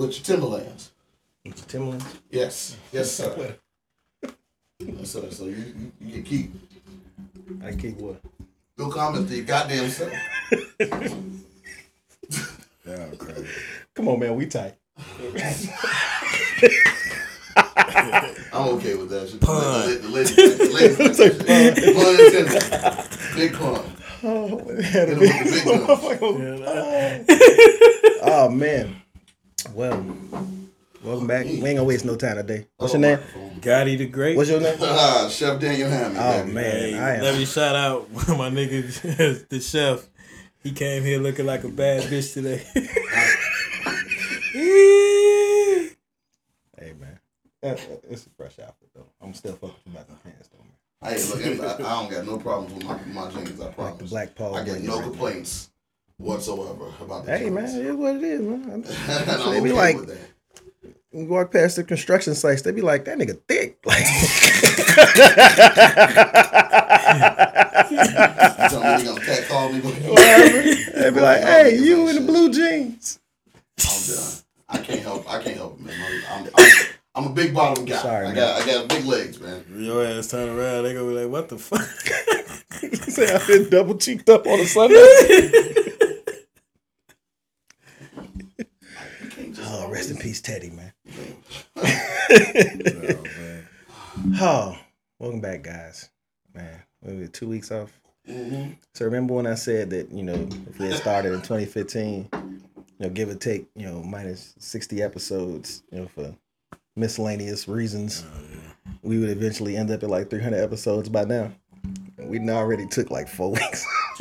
with your Timberlands. It's Timberlands. Yes, yes, sir. yes, sir. So you, you, you can keep I keep what? no comments to your goddamn self. Yeah, crazy. Come on, man. We tight. I'm okay with that. shit. Pun. The, the, lady- the, lady- the, lady- the, lady- pun intended. Big pun. Oh, it had a Hit him with the big guns. motherfucker- oh man. Well, welcome back. We ain't gonna waste no time today. What's Oh, your name? Gotti the Great. What's your name? Ah, Chef Daniel Hammond. Oh baby. man, I let am. me shout out my nigga, the chef. He came here looking like a bad bitch today. Hey man, That's- it's a fresh outfit though. I'm still fucking with my pants though. Man. Hey, look, I, I don't got no problems with my, my jeans. I Like promise. the black Paul. I get Blake no right complaints whatsoever about there. the Hey man, jeans. it is what it is, man. and I'm So they be okay like, with that. you walk past the construction sites, they be like, "That nigga thick." Like, Somebody gonna cat call me. I'm they be like, "Hey, you in the blue jeans?" done. I can't help. I can't help it, man. I'm, I'm, I'm a big bottom guy. Sorry, I man. got. I got big legs, man. Your ass turn around, they gonna be like, "What the fuck?" Say I've been double cheeked up on a Sunday. You can't just. Oh, rest in peace, Teddy, man. Oh, man. Oh, welcome back, guys. Man, maybe two weeks off. hmm So remember when I said that you know if we had started in 2015, you know, give or take, you know, minus 60 episodes, you know, for miscellaneous reasons, we would eventually end up at like 300 episodes by now. We done already took like four weeks.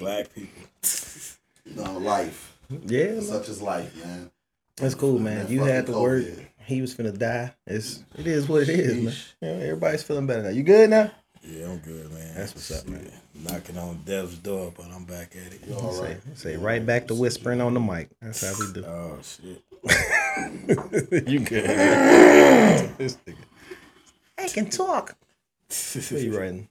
Black people. No life. yeah, man. Such is life, man. that's cool, man. That You had fucking to work. COVID. He was finna die. It's it is what it is, man. You know, everybody's feeling better now. You good now? Yeah, I'm good, man. That's what's up, man. Knocking on death's door, but I'm back at it. You all right? Say right back to whispering on the mic. That's how we do. Oh shit. you good. this nigga. I can talk. What you writing?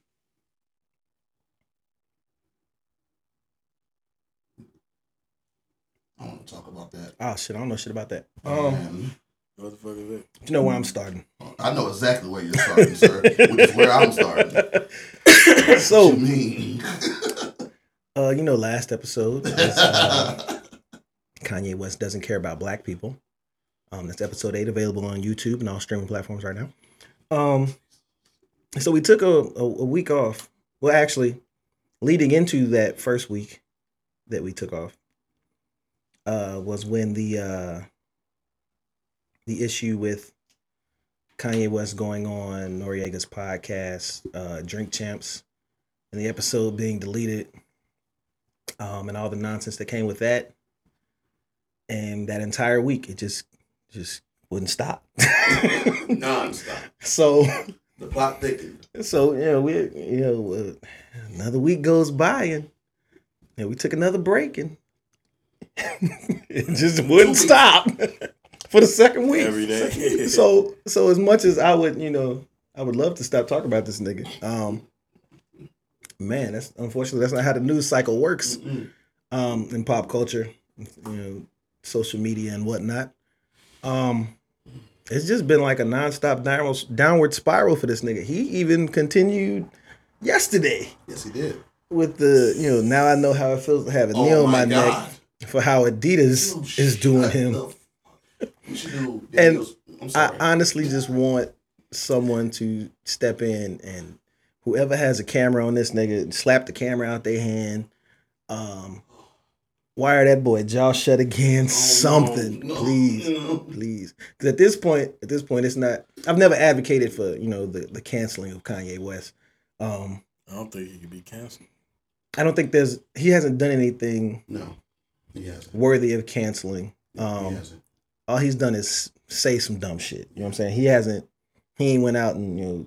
I want to talk about that. Oh shit, I don't know shit about that. Um, Man, What the fuck is it? you know where I'm starting. I know exactly where you're starting, sir. Which is where I'm starting. What you So, mean? uh, you know, last episode, was, uh, Kanye West doesn't care about black people. Um, that's episode eight, available on YouTube and all streaming platforms right now. Um, so we took a, a, a week off. Well, actually, leading into that first week that we took off uh, was when the uh, the issue with Kanye West going on Noriega's podcast, uh, Drink Champs, and the episode being deleted, um, and all the nonsense that came with that, and that entire week it just just wouldn't stop. Non-stop. so. The plot thickened. So you know, we you know, uh, another week goes by and and we took another break and it just wouldn't stop for the second week. Every day. So so as much as I would, you know, I would love to stop talking about this nigga. Um, man, that's unfortunately that's not how the news cycle works Mm-mm. um, in pop culture, you know, social media and whatnot. Um, it's just been like a nonstop downward, downward spiral for this nigga. He even continued yesterday Yes, he did. with the, you know, now I know how it feels to have a Oh nail on my my God. Oh, neck for how Adidas You is doing shut him. the fuck. You should do. And videos. I'm I sorry. honestly just want someone to step in and whoever has a camera on this nigga, slap the camera out their hand. Um, wire that boy jaw shut again. something, Oh, no, no, please, no. please. 'Cause at this point, at this point, it's not. I've never advocated for you know the the canceling of Kanye West. Um, I don't think he could be canceled. I don't think there's he hasn't done anything no, he hasn't. worthy of canceling. Um, he hasn't. all he's done is say some dumb shit. You know what I'm saying? He hasn't he ain't went out and you know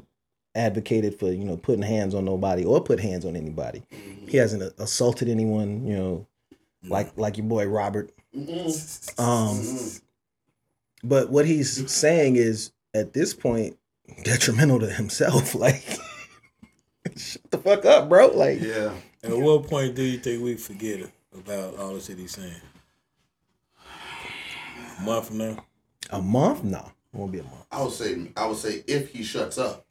advocated for you know putting hands on nobody or put hands on anybody. He hasn't assaulted anyone. You know, like like your boy Robert. Mm-mm. Um, Mm-mm. but what he's saying is at this point detrimental to himself. Like, shut the fuck up, bro. Like, Yeah. At what point do you think we forget about all the shit he's saying? A month from now. A month? No, it won't be a month. I would say I would say if he shuts up,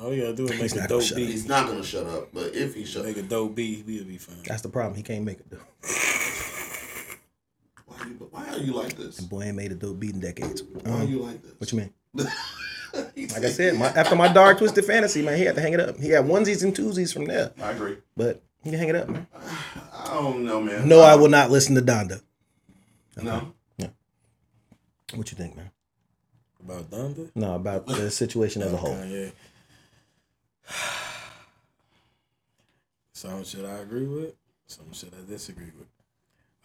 All you gotta Oh, do is He's make a not gonna dope shut beat. he's not gonna shut up. But if he shuts, Make a dope beat, we'll be fine. That's the problem. He can't make it though. why are you, why are you like this? Boy ain't made a dope beat in decades. Why are Um, you like this? what you mean? He Like I said, my, after my dark twisted fantasy, man, he had to hang it up. He had onesies and twosies from there, I agree. but he hang it up, man. I don't know, man. No, I will not listen to Donda. No, What you think, man? About Donda? No, about the situation as a whole. Kanye. Some shit I agree with, some shit I disagree with.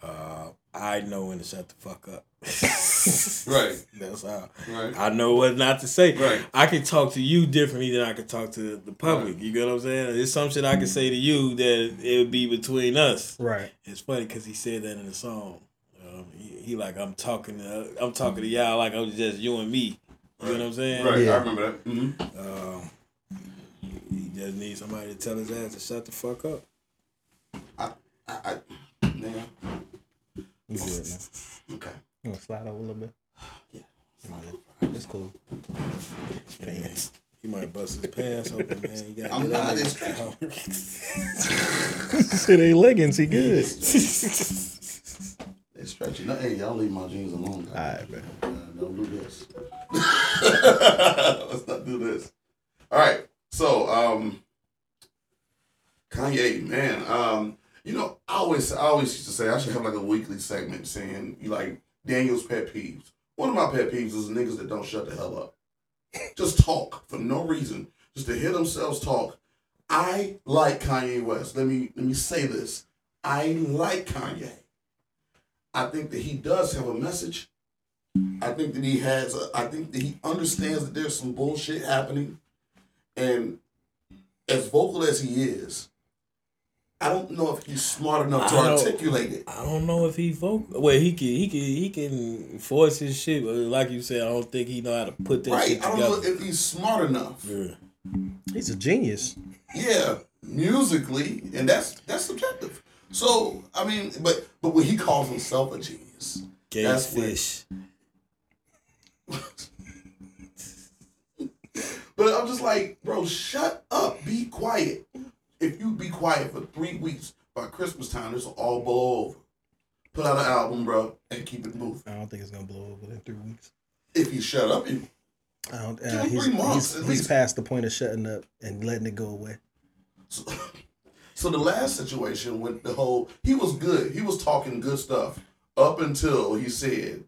Uh, I know when to shut the fuck up. right, That's how. right. I know what not to say. Right. I can talk to you differently than I can talk to the public. You get what I'm saying? There's some shit Mm. I can say to you that it would be between us. Right. It's funny because he said that in the song. Um, he, he like I'm talking to I'm talking to y'all like I'm just you and me. You know what I'm saying? Right, Yeah. I remember that. hmm Um, he just needs somebody to tell his ass to shut the fuck up. I, I, man, You good, man? okay. You wanna slide over a little bit? Yeah. Yeah. It's cool. Fans. He might bust his pants open, man. He got I'm not this Shit ain't leggings. He good. It's stretchy. No, hey, y'all leave my jeans alone. All right, man. Uh, don't do this. Let's not do this. All right. So, um, Kanye, man, um, you know, I always, I always used to say I should have like a weekly segment saying like Daniel's pet peeves. One of my pet peeves is niggas that don't shut the hell up, just talk for no reason, just to hear themselves talk. I like Kanye West. Let me let me say this. I like Kanye. I think that he does have a message. I think that he has. A, I think that he understands that there's some bullshit happening, and as vocal as he is, I don't know if he's smart enough to I know. articulate it. I don't know if he vocal. Well, he can he can he can force his shit, but like you said, I don't think he know how to put that Right? shit I don't know together. if he's smart enough. Yeah. He's a genius. Yeah, musically, and that's that's subjective. So I mean, but but when he calls himself a genius, Gay That's what- fish. But I'm just like, bro, shut up, be quiet. If you be quiet for three weeks by Christmas time, this will all blow over. Put out an album, bro, and keep it moving. I don't think it's gonna blow over in three weeks. If you shut up, you, I don't. Give Uh, him he's, three months, he's, at he's least. past the point of shutting up and letting it go away. so, so the last situation with the whole, he was good. He was talking good stuff up until he said,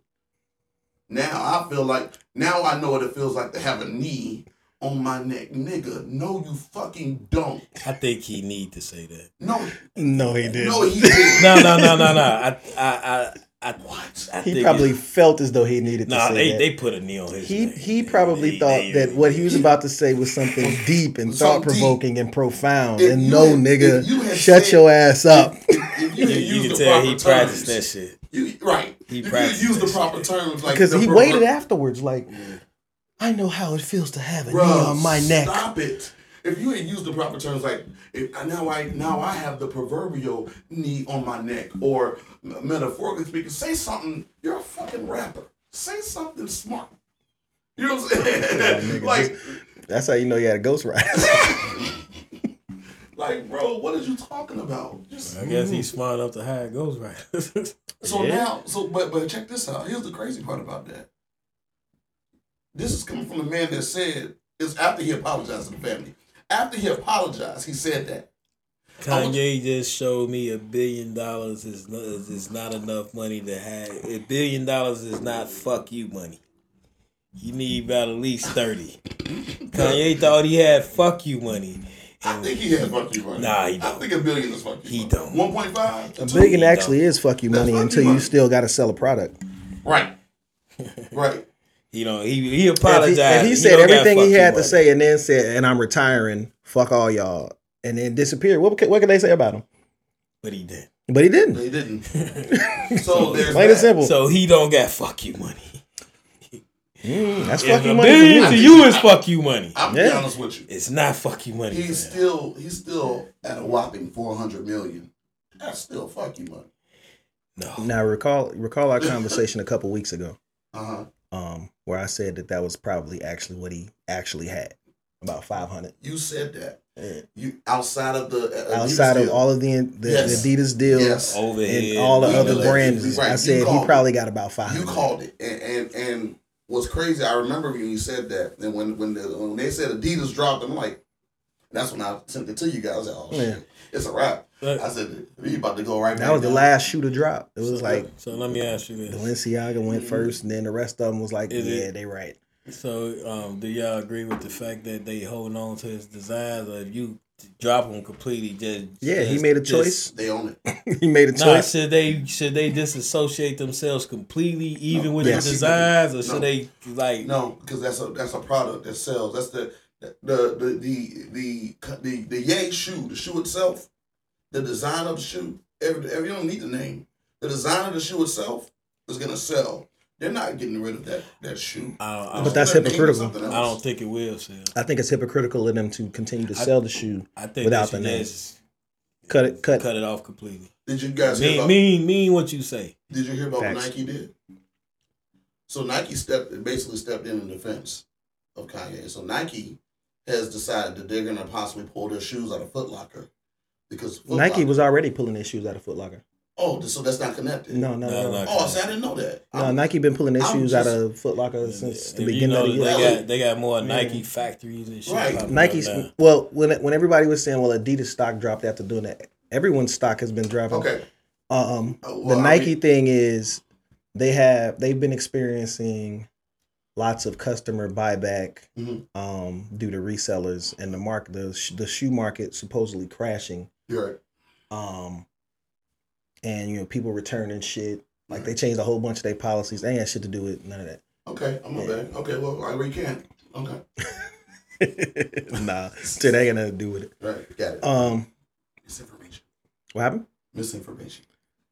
"Now I feel like now I know what it feels like to have a knee on my neck, nigga. No, you fucking don't. I think he need to say that. No, No, he did. no, he did. No, no, no, no, no. I I I I, What? I he think probably it- felt as though he needed to Nah, say they, that. they put a knee on his. he neck. he They- probably they- thought they- that what he was about to say was something deep Something and thought provoking and profound. If And you no, had- if you nigga, had shut said- your ass up. If you, You, had you used can the tell proper he practiced terms- that shit. You right. He If practiced You use the that proper terms like Because the he proper- waited afterwards, like, I know how it feels to have a knee Bruh, on my neck. Stop it. If you ain't used the proper terms like if now I now I have the proverbial knee on my neck or m- metaphorically speaking, say something. You're a fucking rapper. Say something smart. You know what I'm saying? nigga, like That's how you know you had a ghost ride. like bro, what are you talking about? Just I guess he's smart enough to hire a ghostwriter. So Yeah. now, so but but check this out. Here's the crazy part about that. This is coming from the man that said it's after he apologized to the family. After he apologized, he said that. Kanye just showed me a billion dollars is no, is, is not enough money to have. A billion dollars is not fuck you money. You need about at least thirty. Kanye thought he had fuck you money. I think he has fuck you money. Mm. Nah, he don't. I think a billion is fuck you. He money. don't. One point five. a billion No. actually is fuck you That's money fuck you until you money. still got to sell a product. Right. right. You know he he If he- apologized. If he, He said don't got everything fuck he you had to money. say and then said, and I'm retiring, fuck all y'all, and then disappeared, what, could- what could they say about him? but he did. But he didn't. They didn't. so there's Plain that. and simple. So he don't got fuck you money. Mm, that's If fucking a money. billion to to me. you is fuck you money. I'm be Yeah. honest with you. It's not fuck you money. He's man. still he's still at a whopping four hundred million. That's still fuck you money. no. Now recall recall our conversation a couple weeks ago. Uh huh. um, where I said that that was probably actually what he actually had, about five hundred. You said that. You outside of the uh, Outside Adidas of deal. all of the, the Yes. Adidas deals Yes. Overhead. and all the We other know that. You- brands, right, I you said called he it. probably got about five hundred. You called it, and, and and what's crazy? I remember when you said that, and when when, the, when they said Adidas dropped, I'm like, that's when I sent it to you guys. I was like, oh Yeah. shit, it's a wrap. But- I said, we about to go right That back was the down. last shoe to drop. It was So- like so let me ask you this. Balenciaga went Mm-hmm. first, and then the rest of them was like, Is it- yeah, they right. So um, do y'all agree with the fact that they holding on to his designs, or if you drop him completely, just Yeah, he just- made a just- choice. They own it. he made a Nah, choice. should they should they disassociate themselves completely, even No, with they the don't. designs, or No. should they like No, because that's a that's a product that sells. That's the the the the the the, the Ye shoe, the shoe itself, the design of the shoe. Every, every you don't need the name. The design of the shoe itself is gonna sell. They're not getting rid of that that shoe. I don't, I They're don't, But that's gonna name it hypocritical. something I else. don't think it will. Sil. I think it's hypocritical of them to continue to I- sell the shoe. I think Without they should the name. just Cut it, cut. cut it off completely. Did you guys hear Mean, about? mean mean what you say. Did you hear about what Facts. Nike did? So Nike stepped basically stepped in in defense of Kanye. So Nike has decided that they're gonna possibly pull their shoes out of Foot Locker because Foot Nike Locker- was already pulling their shoes out of Foot Locker. oh so that's not connected. No, no, No, no. no. No, Oh, see, I didn't know that. I'm- Nike been pulling their I'm shoes out just- of Foot Locker since the If you beginning of know the that year. year. They got, they got more Yeah. Nike factories and shit. Right. popping up Nike's now. well, when when everybody was saying, well, Adidas stock dropped after doing that, everyone's stock has been dropping. Okay. Um, Uh, the well, I Nike mean- thing is they have they've been experiencing lots of customer buyback Mhm. um, due to resellers and the market the, sh- the shoe market supposedly crashing. You're right. Um, and you know people returning shit like they changed a whole bunch of their policies. They ain't had shit to do with none of that. Okay, I'm a Yeah. bad. Okay, well, I recant. Okay, nah, shit ain't got nothing to do with it. right, got it. Um, Misinformation. what happened? Misinformation.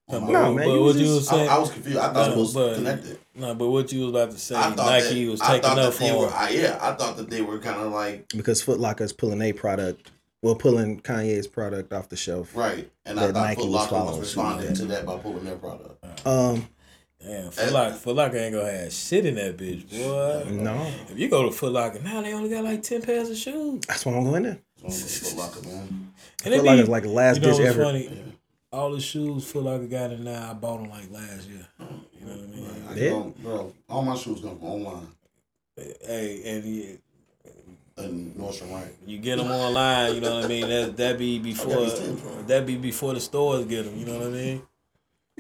No, Oh, but- my- No, man, but you what just- you was I, saying? I was confused. I thought it No, was but- connected. no, but what you was about to say? I thought Nike that, was I taking thought up that they were. for. I, yeah, I thought that they were kind of like because Foot Locker is pulling a product, well, pulling Kanye's product off the shelf. right, and I That thought Nike Foot was Locker was following suit responding with to that by pulling their product. Um, Damn, Foot Locker, Foot Locker ain't gonna have shit in that bitch, boy. no, If you go to Foot Locker now, they only got like ten pairs of shoes, that's why I'm going there. So, Foot Locker, man. and it Foot be Locker is like the last you know ditch what's ever. Yeah, funny? All the shoes Foot Locker got in now, I bought them like last year. You know what I mean? I Yeah. don't- bro, all my shoes come from online Hey, and you, and Nordstrom, right? you get them online. You know what I mean? That that be before these Timbs, bro. that be before the stores get them. You know what I mean?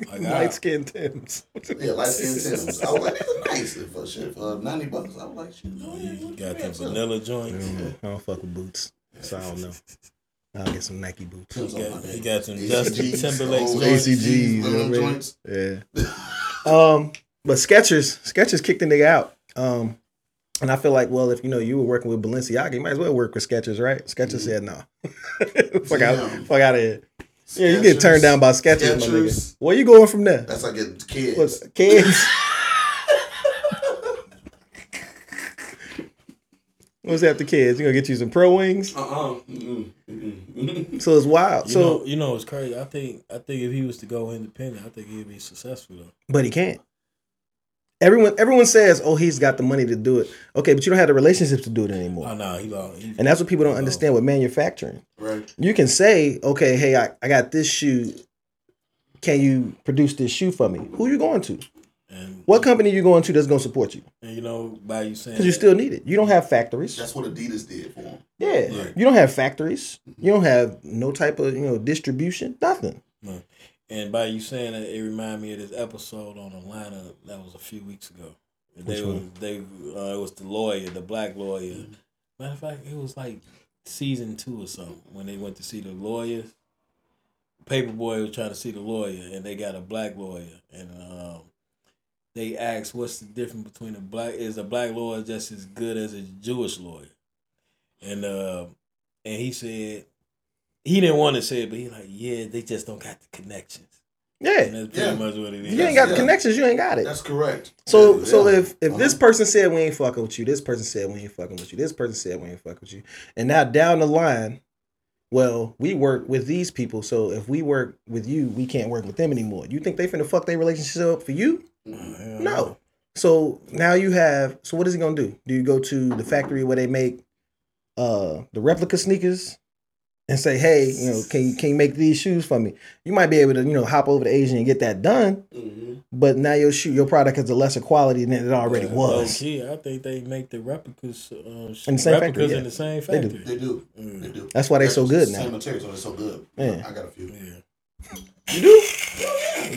Like, I- Light skin Tim's. Yeah, light skin Timbs. I was like, these are nice for shit for ninety bucks. I was like, shit, oh, yeah, You what got the them hell? vanilla joints. I don't fuck with boots, so I don't know. I'll get some Nike boots. Timbs on He my got- dick. he got some ACGs, Justin Timberlake old joints. ACGs, you know aluminum what I mean? joints. Yeah. um, but Skechers, Skechers kicked the nigga out. Um, and I feel like, well, if you know you were working with Balenciaga, you might as well work with Skechers, right? Skechers said no. fuck Damn. out, fuck out of here. Yeah, you get turned down by Skechers, my Skechers. nigga. Where you going from there? That's like a kid. What's kids? What's after kids? You gonna get you some pro wings? Uh-uh. Mm-mm. Mm-mm. So it's wild. You so, know, you know, it's crazy. I think, I think if he was to go independent, I think he'd be successful though. but he can't. Everyone, everyone says, "Oh, he's got the money to do it." Okay, but you don't have the relationships to do it anymore, Oh no, he lost. He, and that's what people don't understand with manufacturing. right. You can say, "Okay, hey, I, I got this shoe. Can you produce this shoe for me?" Who you going to? and, What company you going to that's gonna support you? and you know, by you saying, Because you still need it. You don't have factories. That's what Adidas did for him. Yeah. Right. You don't have factories. You don't have no type of, you know, distribution, nothing. and by you saying that, it reminded me of this episode on Atlanta that was a few weeks ago. they Which was one? they uh, it was the lawyer, the black lawyer. Matter of fact, it was like season two or something when they went to see the lawyer. Paperboy was trying to see the lawyer, and they got a black lawyer, and um, they asked, "What's the difference between a black is a black lawyer just as good as a Jewish lawyer?" And uh, and he said he didn't want to say it, but he like, "Yeah, they just don't got the connections." And Yeah. that's pretty Yeah. much what it is. You ain't got the Yeah. connections, you ain't got it. That's correct. So Yeah, so yeah. if if this Uh-huh. person said we ain't fucking with you, this person said we ain't fucking with you, this person said we ain't fucking with you. And now down the line, well, we work with these people, so if we work Uh-huh. with you, we can't work with them anymore. You think they finna fuck their relationship up for you? Hell No. So now you have. So what is he gonna do? Do you go to the factory where they make uh the replica sneakers and say, hey, you know, can you can you make these shoes for me? You might be able to, you know, hop over to Asia and get that done. Mm-hmm. But now your shoe, your product is a lesser quality than it already Yeah, was. Low-key, I think they make the replicas uh, In the same factory, replicas yeah. in the same They do. factory. They do. Mm. They do. That's why they so good Same now. materials, so they're so good. Yeah. I got a few. Yeah. You do?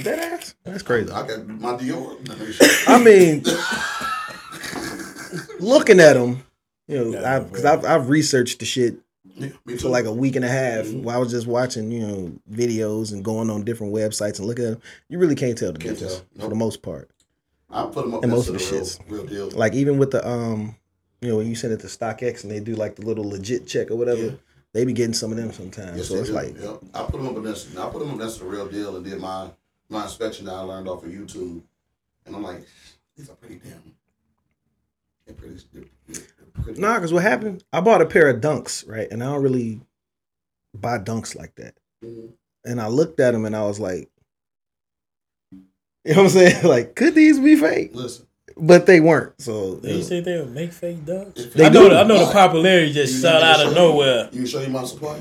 That ass? That's crazy. I got my Dior. I mean, looking at them, you Yeah, know, because bro. I've, I've researched the shit Yeah, me too. for like a week and a half Mhm. while I was just watching, you know, videos and going on different websites and looking at them. You really can't tell the Can't difference tell. for the Nope. most part. I put them up And next most to of the real, shits. real deal. Like even with the um, you know, when you send it to StockX and they do like the little legit check or whatever, Yeah. they be getting some of them sometimes. Yes, so they it's do. like, Yep. I put them up against. I put them up against the real deal and did my my inspection that I learned off of YouTube, and I'm like, these are pretty damn. They're pretty. They're, they're pretty. nah, because what happened? I bought a pair of Dunks, right, and I don't really buy Dunks like that. Mhm. and I looked at them and I was like, you know what I'm saying? Like, could these be fake? Listen, But they weren't. So They say they'll make fake ducks. They I know. do. I know the popularity just You shot need out to of show- nowhere. You show you my supply.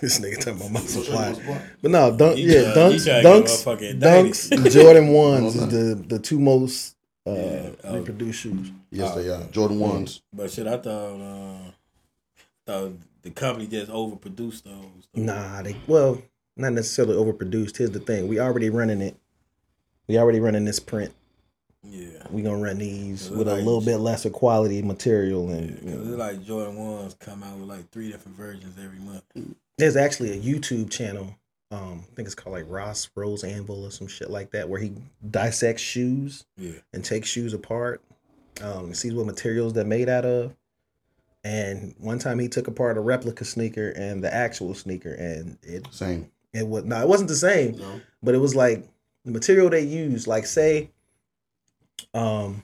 this nigga talking about my You show you my supply. supply. But no, dunk, You yeah, try- you dunks, try to dunks, get motherfucking dunks, dynasty. Jordan ones is Well, the the two most uh, Yeah, oh. reproduced shoes. Yes, they are Jordan ones. But shit, I thought uh, thought the company just overproduced those. Nah, they well, not necessarily overproduced. Here's the thing: we already running it. We already running this print. Yeah. We gonna run these Look with a like- little bit lesser quality material, and you Because know. it's like Jordan ones come out with like three different versions every month. there's actually a YouTube channel. Um, I think it's called like Ross Rose Anvil or some shit like that, where he dissects shoes Yeah. and takes shoes apart, um, and sees what materials they're made out of. And one time he took apart a replica sneaker and the actual sneaker, and it Same. it was no, it wasn't the same No. but it was like the material they used like say um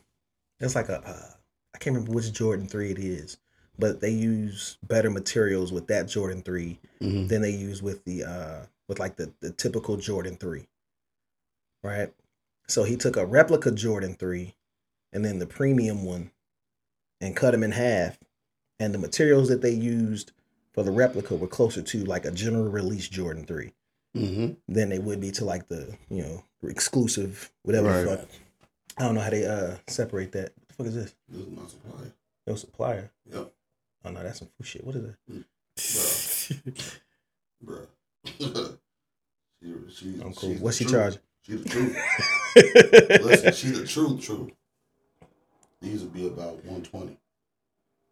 it's like a uh, i can't remember which jordan 3 it is but they use better materials with that jordan 3 Mhm. than they use with the uh with like the, the typical jordan 3 right so he took a replica jordan 3 and then the premium one and cut them in half and the materials that they used for the replica were closer to like a general release jordan 3 Mm-hmm. than they would be to like the you know exclusive whatever. the Right. fuck. I don't know how they uh separate that. What the fuck is this? This is my supply. No supplier. Yep. Oh no, that's some fool shit. What is that? Bruh. she, she, I'm cool. she's the What's she truth. charging? She the truth. Listen, she the truth, truth. These would be about 120.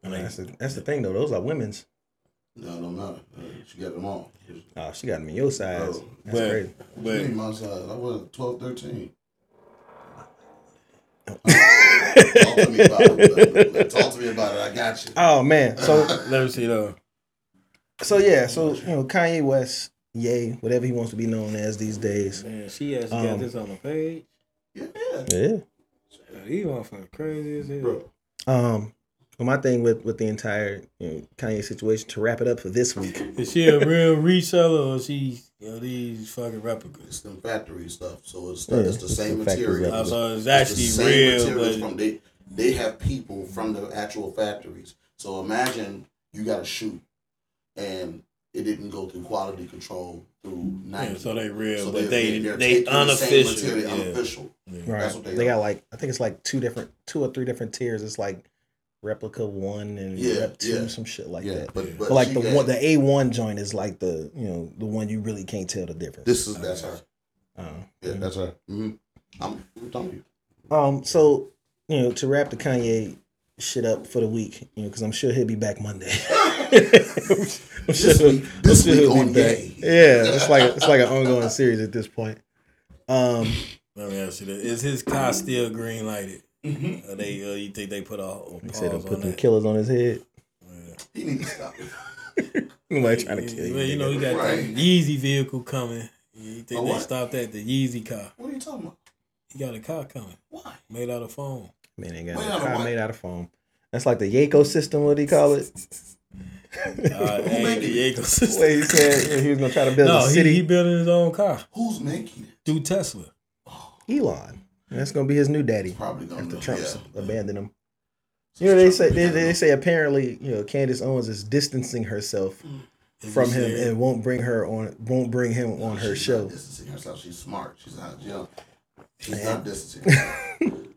I mean, that's the that's the thing though. Those are women's. No, no matter. Uh, she got them all. Oh, she got them in your size. Bro. That's But- crazy. She But ain't my size. I was 12, 13. Talk to me about it. Talk to me about it. I got you. Oh man. So let me see though. so yeah. So you know Kanye West, yay, whatever he wants to be known as these days. Man, she actually Um, got this on the page. Yeah, yeah. Yeah. Yeah, He motherfucker crazy as hell. Bro, Um. But my thing with with the entire you know, Kanye situation to wrap it up for this week. Is she a real reseller or she you know, these fucking replicas? it's them factory stuff. So it's, Yeah, it's the it's same the factory material. stuff. Uh, so It's it's actually real, materials but from they they have people from the actual factories. So imagine you got a shoe, and it didn't go through quality control through Nike. yeah, so they real, So but they they're they, taking the same unofficial. material, Yeah. unofficial. Right. That's what they, they got like I think it's like two different two or three different tiers. It's like replica one and Yeah, rep two, yeah. some shit like yeah, that. but, But, but like she the got- one the A one joint is like the you know, the one you really can't tell the difference. This is that's her. uh, Yeah, that's her. Mm-hmm. I'm, I'm telling you. um so you know, to wrap the Kanye shit up for the week, you know, because I'm sure he'll be back Monday. I'm sure- I'm This sure- week- I'm this sure week he'll be on back. Yay. Yeah, it's like it's like an ongoing series at this point. Um Let me ask you this: Is his car still green lighted? Mm-hmm. Are they? Uh, you think they put a, a he pause said he'll on put them that? killers on his head. He need to stop. Nobody trying to kill you. Well, you know, nigga. you got Right. the Yeezy vehicle coming. You A think they what? stopped at the Yeezy car? What are you talking about? He got a car coming, Why? made out of foam. Man, ain't got Made no out of car what? made out of foam. That's like the Yako system. What do you call it? Uh, made hey, the ecosystem. Where he said he was gonna try to build no, a he, he city. building his own car Who's making it? through Tesla. Elon. That's gonna be his new daddy Probably gonna after know, Trump's yeah. abandoned him. Since You know they Trump say they, began they to- say apparently you know Candace Owens is distancing herself Mm. If from you him said- and won't bring her on won't bring him on her She's not show. distancing herself. She's smart. She's not young. She's Man. not distancing.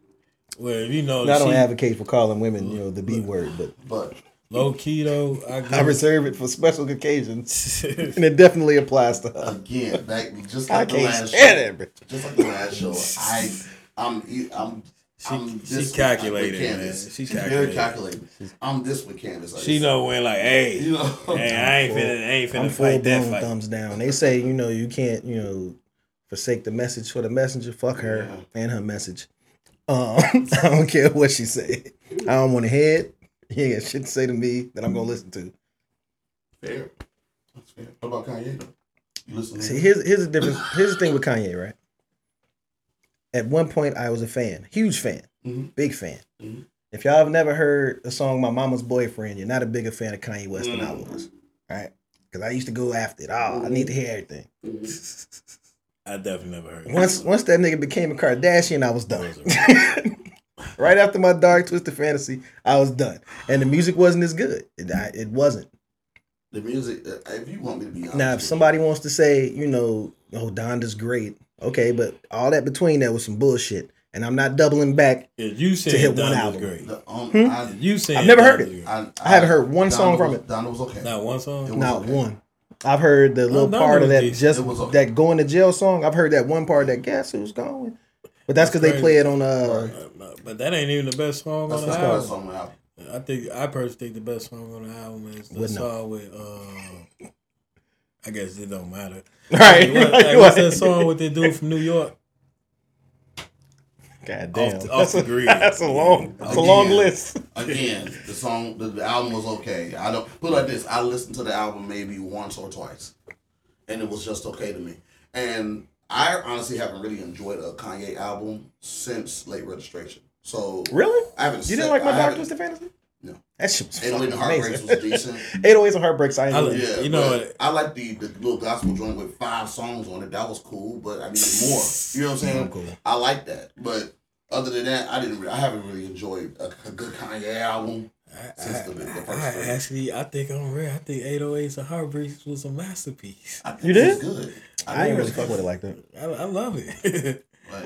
well, if you know, And I she, Oh, don't advocate for calling women Mm. you know the B word, but but low key though. I, Mm. I guess. reserve it for special occasions, and it definitely applies to her. again, back just I like the can't last stand show. it. bro. Just like the last show. I I'm I'm I'm she this calculated, With man. Candace. She She's calculated. very calculated. I'm this with Candace. Like, she know when like, hey, You know. hey, I ain't finna, I ain't finna I'm full fight that blown fight. thumbs down. They say you know you can't you know forsake the message for the messenger. Fuck her and her message. Um, I don't care what she said. I don't want to head. You ain't got shit to say to me that I'm gonna listen to. Fair. That's fair. What about Kanye? though? You listen. See, Mm. to here's here's the difference. Here's the thing with Kanye, right? At one point, I was a fan, huge fan, Mm-hmm. Mhm. big fan. Mhm. If y'all have never heard a song "My Mama's Boyfriend," you're not a bigger fan of Kanye West than I Mm. was, right? Because I used to go after it. Oh, I need to hear everything. I definitely never heard. Once once that nigga became a Kardashian, I was done. That right after my dark twisted fantasy, I was done, and the music wasn't as good. It, I, it wasn't. the music. Uh, if you want me to be honest. Now, if with somebody wants to say, you know, oh, Donda's great, okay, but all that between that was some bullshit, and I'm not doubling back. If you said To hit one Donda's album. you, great. the, um, Hmm? I, If you said I've never heard Donda's it. great. I, I haven't heard one Donda song from was- it. Donda was okay. Not one song. It was Not okay. one. I've heard the little Donda part of was that decent. just It was okay. that going to jail song. I've heard that one part that guess who's going, but that's because they Crazy. play it on uh Right. Uh, But that ain't even the best song That's on the not the best album. song on the album. I think I personally think the best song on the album is the Wouldn't know. song with. Uh, I guess it don't matter. right. Hey, what- hey, what's that song with the dude from New York? God damn, Off the- off the grid. That's a long, that's a Again. long list. Again, the song, the, the album was okay. I don't put it like this. I listened to the album maybe once or twice, and it was just okay to me. And I honestly haven't really enjoyed a Kanye album since Late Registration. So Really? I haven't. You sat- didn't like my I Dark haven't- Twisted Fantasy? No. That shit was 808 fucking and Heartbreaks amazing. was decent. 808s and Heartbreaks, I I enjoyed. like- Yeah, You know but what? I like the, the little gospel joint with five songs on it. That was cool, but I needed more. You know what I'm saying? Cool. I like that, but other than that, I didn't. Re- I haven't really enjoyed a, a good Kanye album. I, Since the- the I- first I three. actually, I think I'm rare. I think 808s and Heartbreaks was a masterpiece. I think You it was did? good. I didn't really fuck fuck with it like that. I, I love it. Like,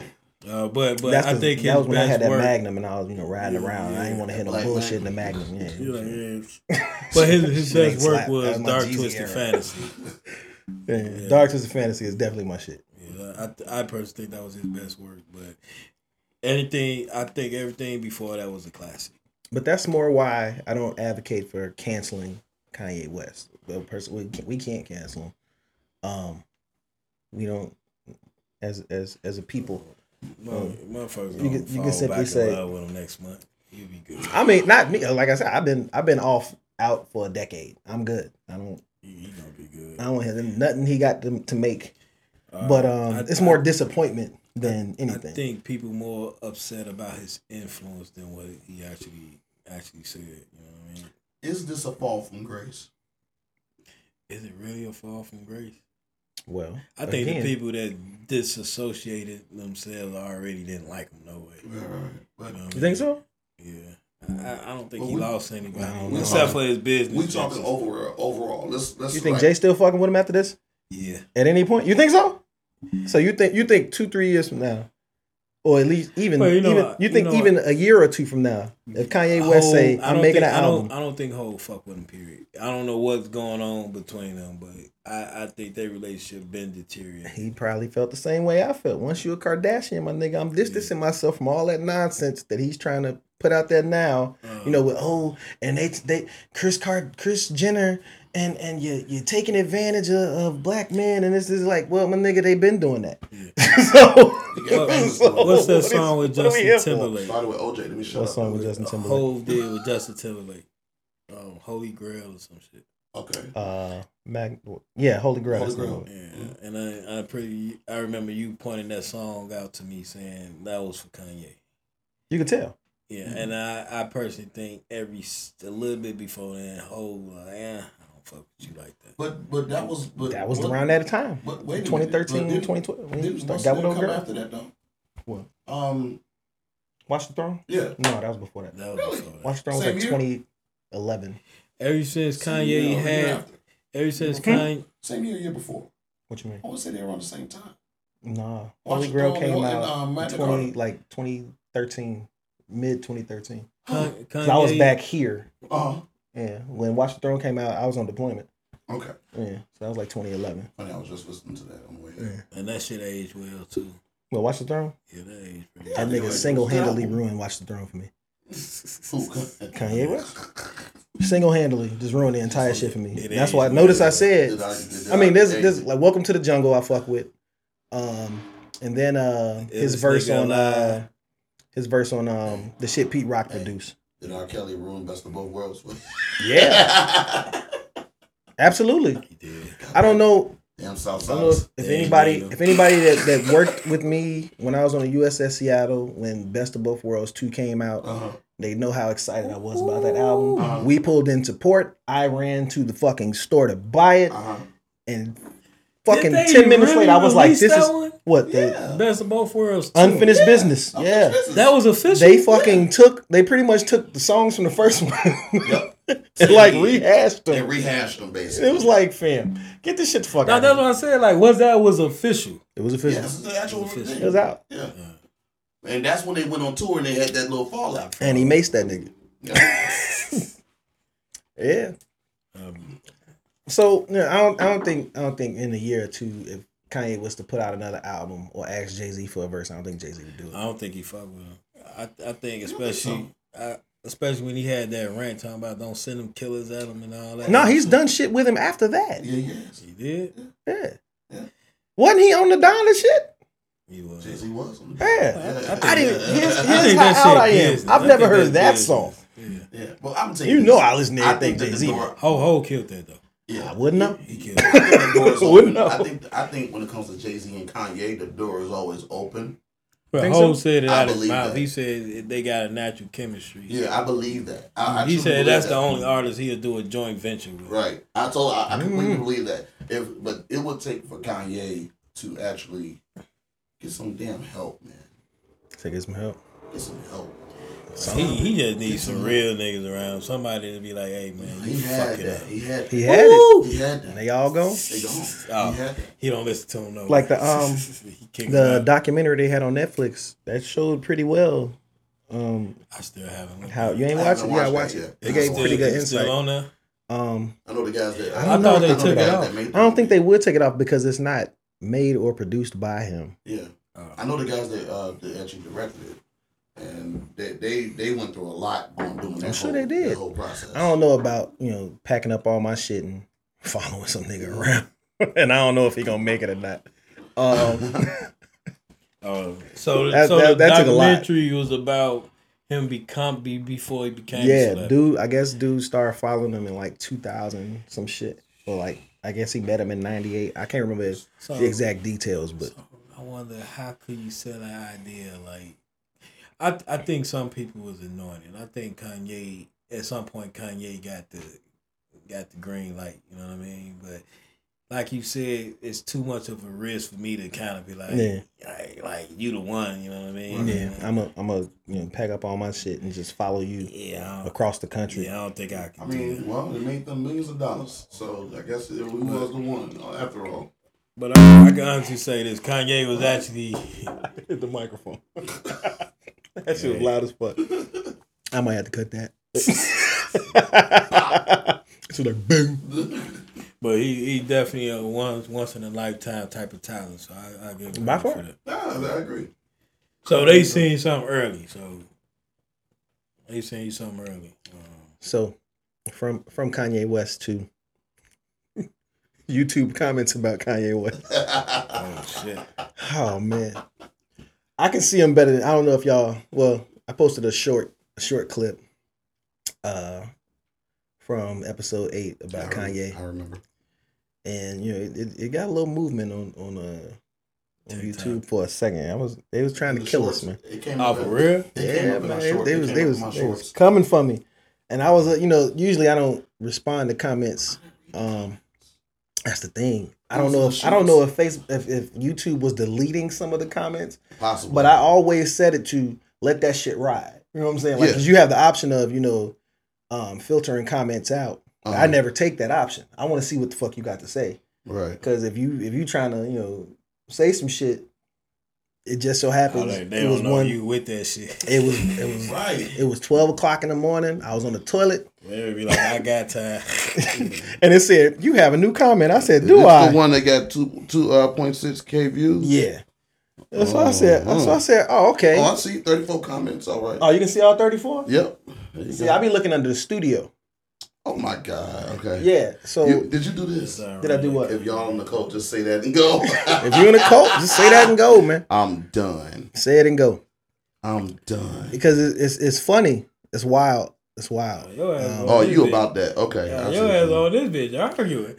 uh, but but That's I 'cause think his that was when I best had that work. Magnum and I was you know riding around. I didn't want to hit no Black bullshit in the Magnum. Magnum. You know, Yeah. yeah. But his, his Shit best ain't work slap. That was was my Dark Jeezy Twisted era. Fantasy. Yeah. Dark Twisted Fantasy is definitely my shit. Yeah, I I personally think that was his best work, but anything I think everything before that was a classic. But that's more why I don't advocate for canceling Kanye West. The person we can't, we can't cancel him. Um, we don't as as as a people. Mother- Motherfuckers, Hmm. you you can- can, you can simply back say- in love with him next month. You'll be good. I mean, not me. Like I said, I've been I've been off out for a decade. I'm good. I don't You, you gonna be good. I don't have nothing he got to, to make. Uh, But um, I- it's I- more disappointment than I anything. think people more upset about his influence than what he actually actually said. You know what I mean? is this a fall from grace? Is it really a fall from grace? well, I think again, the people that disassociated themselves already didn't like him no way. Right, right, right. But know what I You think mean? so? Yeah. I, I- I don't think Well, he we- lost anybody. No, we except talking- for his business. we talking ventures. overall. Overall, let's let's. You think like, Jay still fucking with him after this? Yeah. At any point, you think so? So you think you think two three years from now, or at least even Well, you know even what, you you think know even a year or two from now, if Kanye West Hov- say I I'm don't making think- an I album, don't, I don't think Hov fuck with him. Period. I don't know what's going on between them, but I, I think their relationship been deteriorating. he probably felt the same way I felt. Once you a Kardashian, my nigga, I'm distancing myself from all that nonsense that he's trying to put out there now. Uh, You know, with oh, and they they Chris Card Chris Jenner. And and you you're taking advantage of, of black men and this is like well my nigga they been doing that so, got famous so though. what's that what is- song with what are we here Justin for? Timberlake? By the way, OJ, let me shut What up. song with real Justin quick. Timberlake? Hov did with Justin Timberlake, um, Holy Grail or some shit. Okay. uh Mag- yeah holy grail, Holy that's the Grail. one. Yeah, and I I pretty I remember you pointing that song out to me saying that was for Kanye. you can tell Yeah, and Mm-hmm. I, I personally think every s- a little bit before then, whole like, eh, I don't fuck with you like that. But but that was but that was what, around that time But wait a minute. 2013 But didn't- 2012 when he Didn't started Will got with Smith Old come Girl. after that though? What? Um, Watch the Throne? yeah. No, that was before that. That Really? was before that. Watch the Throne was Same like year? 2011. Ever since Same year Kanye or year had, after. ever since Hmm? Kanye, same year, year before. What you mean? I would say they were on the same time. Nah. Watch Holy the Grail Throne came and, out um, in Magna 20, like 2013, mid 2013. Huh. Kanye, 'Cause I was back here. Uh, Yeah. When Watch the Throne came out, I was on deployment. okay. Yeah. So that was like 2011. Funny, I was just listening to that on the way. Yeah. there. and that shit aged well too. Well, Watch the Throne? Yeah, that aged. Really Yeah, That I think it nigga was single handedly album. ruined Watch the Throne for me. Who? Kanye West? Single handedly just ruined the entire shit for me. It That's is why. what Notice it I is. said. Did I- did I mean, there's hey, there's like Welcome to the Jungle. I fuck with, um, and then uh his This verse nigga on uh alive. his verse on um the shit Pete Rock produced. Did R. Kelly ruin Best of Both Worlds? Yeah, absolutely. He did. I don't know. Damn South I don't know Side. if, if Yeah, anybody you know. if anybody that that worked with me when I was on the USS Seattle when Best of Both Worlds two came out. Uh huh. They know how excited I was about that album. Uh-huh. We pulled into port. I ran to the fucking store to buy it, Uh huh. and fucking Did they ten minutes really later, I was like, release "This that is one? what the Yeah. Best of both worlds. too. unfinished business." I'm yeah, business. That was official. they fucking took. They pretty much took the songs from the first one Yep. and like rehashed They them. rehashed them basically. It was like, fam, get this shit the fuck Now, out. that's of what here. I said. Like, was that was official? It was yeah, official. this is the actual thing. It was out, Yeah. Uh, And that's when they went on tour and they had that little fallout. and he maced that nigga. Yeah. Yeah. Um, So you know, I don't. I don't think. I don't think in a year or two, if Kanye was to put out another album or ask Jay Z for a verse, I don't think Jay Z would do I it. don't think he fuck with him. I I think don't think especially I, especially when he had that rant talking about don't send them killers at him and all that. No, he's done shit with him after that. yeah, yes. he did. Yeah. Yeah. Wasn't he on the Donna shit? He was. Jay Z was. on the- Yeah. Yeah. I didn't. Here's, I here's think how that out shit I am. business. I've I never think heard that's that business. song. Yeah. Yeah. Well, I'm telling you. You know I listen to I think anything that Jay the Z. door. Ho Ho killed that though. I Yeah. wouldn't know. He killed. it. I think the door is Wouldn't open. know. I think. I think when it comes to Jay Z and Kanye, the door is always open. But Think Ho so? said it I out of his believe mouth. that. He said they got a natural chemistry. Yeah, I believe that. I, I he truly said believe that's that. the only artist he'll do a joint venture with. Right. I told. I, I Mm. completely believe that. If but it would take for Kanye to actually get some damn help, man. Take some help. Get some help. He, he just needs some real niggas around. Somebody to be like, hey man, you He had fucking that. up. He had. He He had it. He had And that. they all go. They gone. Oh. He had that. He don't listen to him no. Like more. the, um, He kicked him The out. documentary they had on Netflix that showed pretty well. Um, I still haven't. looked how at it. you ain't I watch it? haven't You gotta watch watched that it. yet. They It's gave still- pretty good It's still insight. on there? Um, I know the guys that. I I, don't know know. the I guys took it that off. made I don't think they would take it off because it's not made or produced by him. Yeah, Oh. I know the guys that uh that actually directed it, and they they, they went through a lot on doing that. sure whole, they did. That whole process. I don't know about you know packing up all my shit and following some nigga around, and I don't know if he gonna make it or not. Um, Oh, so That- so that- the that took a lot. documentary was about him become be before he became a yeah, celeb. dude. I guess dude started following him in like 2000, some shit, or like I guess he met him in '98. I can't remember his- So- the exact details, but I wonder how could you sell that idea? Like, I I think some people was anointed. I think Kanye at some point Kanye got the got the green light. You know what I mean? But like you said, it's too much of a risk for me to kind of be like, Yeah. like, like, you the one. You know what I mean? yeah, I'm a I'm a you know pack up all my shit and just follow you yeah. I don't, across the country. yeah, I don't think I can I do that. mean, well, they made them millions of dollars, so I guess it, we was the one uh, after all. But I, I can honestly say this: Kanye was actually Hit the microphone. that shit was loud as fuck. I might have to cut that. it's like boom. But he, he definitely a once once in a lifetime type of talent. So I, I give him By credit far. for that. Nah, I agree. So they seen something early. So they seen something early. Um, So, from from Kanye West to YouTube comments about Kanye West. oh shit! Oh man, I can see him better. Than, I don't know if y'all. Well, I posted a short a short clip, uh, from episode eight about I rem- Kanye, I remember. and you know it, it, it got a little movement on on uh on TikTok. YouTube for a second. I was they was trying to The kill shorts, us, man. It came Oh up for in- real? It came Yeah, up in man. my They, shorts. they It was came they up in was, my they was shorts. coming for me, and I was uh, you know usually I don't respond to comments. Um, that's the thing. I don't know if I don't know if Facebook if, if YouTube was deleting some of the comments, Possible. but I always said it to let that shit ride. You know what I'm saying? Like, Yeah. 'cause you have the option of you know um, filtering comments out. I Uh-huh. never take that option. I want to see what the fuck you got to say. Right. Because if you if you trying to you know say some shit, it just so happens like, they it was don't know one. you with that shit. It was it was Right. it was twelve o'clock in the morning. I was on the toilet, They'll be like, I got time. and it said, "You have a new comment." I said, Mm-hmm. This "Do I?" the one that got two two uh, point six k views? yeah. That's why I Oh, said. That's why I huh. said. Oh, okay. Oh, Oh, I see thirty four comments. All right. you can see all thirty four. yep. There you Oh. See, go. I be looking under the studio. oh my god. Okay. Yeah. So You- did you do this? Sorry. did I do what? If y'all on the coat, just say that and go. If you're in a cult, just say that and go, man. I'm done. Say it and go I'm done. because it- it's it's funny. It's wild. It's wild. Yo ass Um, on Oh, this you bitch. about that? Okay. I see Yo what ass you on this bitch arguing.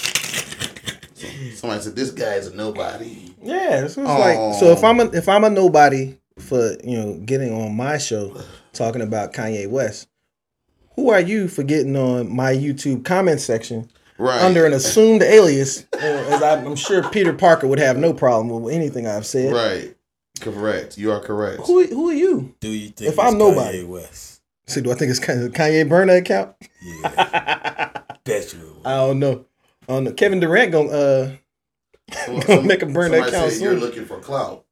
mean. Somebody said this guy's a nobody. Yeah, so it's Aw. like so if I'm a if I'm a nobody for you know getting on my show talking about Kanye West, who are you for getting on my YouTube comment section Right. under an assumed alias? uh, As I'm, I'm sure Peter Parker would have no problem with anything I've said. Right. Correct. You are correct. Who who are you? Do you think If I'm it's nobody. Kanye West? So do I think it's Kanye Kanye burner account? Yeah. Bet you it was. I don't know. I don't know. Kevin Durant gonna uh Some- Make 'em burn somebody that count said You're soon. looking for clout.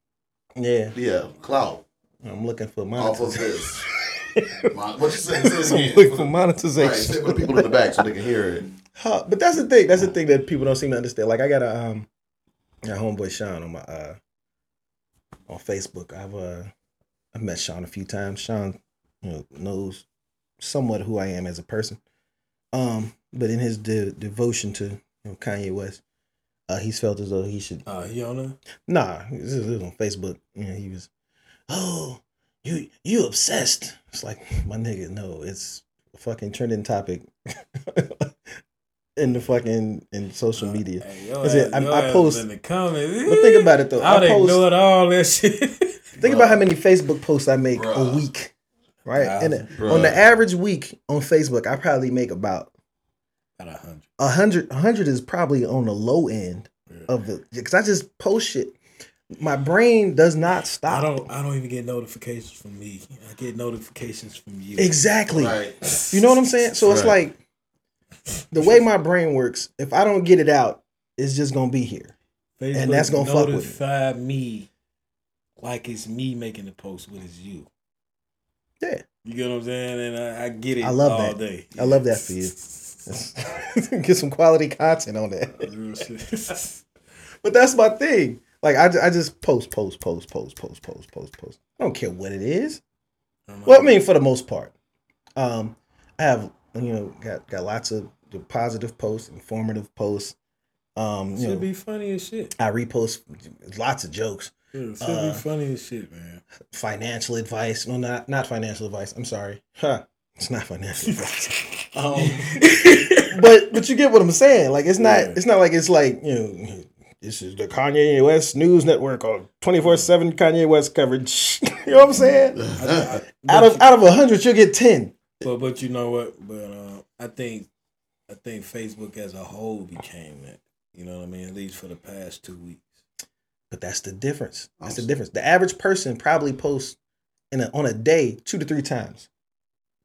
yeah. Yeah, clout I'm looking for off of monetization. this. Mon- what you saying? So Say I'm it looking for again. Right, say monetization. it for the people in the back so they can hear it. Huh, but that's the thing. That's the thing that people don't seem to understand. Like I got a um, a homeboy Sean on my uh, on Facebook. I've uh, I've met Sean a few times. Sean, you know, knows somewhat who I am as a person. Um, but in his de- devotion to you know, Kanye West, uh, he's felt as though he should. Uh, he on her? Nah, this is this is on Facebook. You know, he was, oh, you you obsessed. It's like my nigga, no, it's a fucking trending topic in the fucking in social media. Hey, yo That's it. ass- I- yo I ass post- in the comments. But think about it though. I I would post, ignored all that shit. think about how many Facebook posts I make a Bruh. week, right? And it- Bruh. on the average week on Facebook, I probably make about About a hundred. a hundred. A hundred is probably on the low end of the because I just post shit. My brain does not I stop. don't. I don't even get notifications from me. I get notifications from you. Exactly. Right. You know what I'm saying? So it's Right. like the way my brain works, if I don't get it out, it's just gonna be here. Facebook And that's gonna fuck with me. notify me like it's me making the post when it's you. Yeah. You get what I'm saying? And I, I get it. I love all that. day. I love that for you. get some quality content on that. Real shit. But that's my thing. Like I, ju- I just post, post, post, post, post, post, post, post. I don't care what it is. Well, I mean, for the most part, um, I have you know got got lots of positive posts, informative posts. Um, you should know, be funny as shit. I repost lots of jokes. Yeah, Should Uh, be funny as shit, man. financial advice. No, not not financial advice. I'm sorry. Huh. It's not financial advice. um, but but you get what I'm saying. Like it's not Yeah. it's not like it's like you know this is the Kanye West News Network or 24 seven Kanye West coverage. you know what I'm saying? Out of out of hundred, you'll get ten. But but you know what? But uh, I think I think Facebook as a whole became that. You know what I mean? At least for the past two weeks. But that's the difference. That's the Awesome. difference. The average person probably posts in a, on a day two to three times,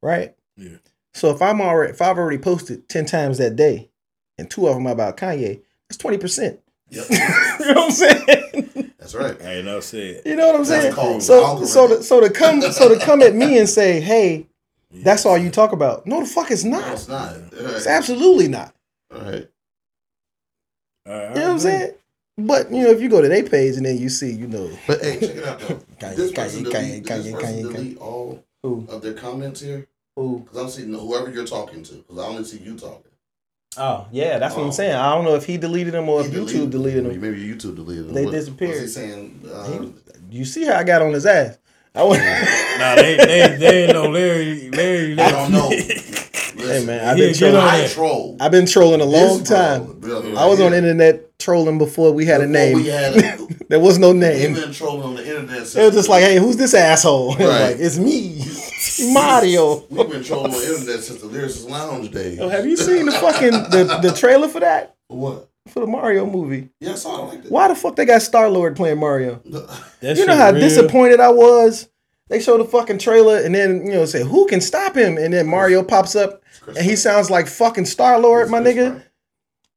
right? Yeah. So if I'm already if I've already posted ten times that day, and two of them are about Kanye, that's twenty percent. Yep. you know what I'm saying? That's right. Hey, enough said. You know what I'm That's saying? called So algorithm. so to, so to come so to come at me and say, hey, that's all you talk about. No, the fuck it's No, not. it's not. All right. It's absolutely not. All right. All right, You I know what I'm agree. saying? But you know, if you go to their page and then you see, you know, But hey, check it out though. Kanye, Did this Kanye, person Kanye, delete, did this Kanye, person Kanye, delete all who of their comments here? who Because I'm seeing whoever you're talking to. Because I only see you talking. Oh yeah, that's what I'm Oh. saying. I don't know if he deleted them or if He YouTube deleted them. Maybe YouTube deleted them. They What- disappeared. What's he saying? Uh, He- you see how I got on his ass? I went, Nah, they they they ain't no Larry Larry. I don't know. hey Listen, man, I've Yeah, been get trolling. on I it. troll. I've been trolling a long This time. bro, brother, I was right on the here. internet trolling before we had a Before name. We had a, there was no we've name. been trolling on the internet. Since It was just like, hey, who's this asshole? It was Right. like, it's me, Mario. We've been trolling on the internet since the Lyricist Lounge days. Oh, have you seen the fucking the, the trailer for that? What? for the Mario movie. Yeah, I saw it like that. Why the fuck they got Star Lord playing Mario? That you know shit how real. disappointed I was. They show the fucking trailer and then you know say who can stop him and then Mario pops up and he sounds like fucking Star Lord, my nigga.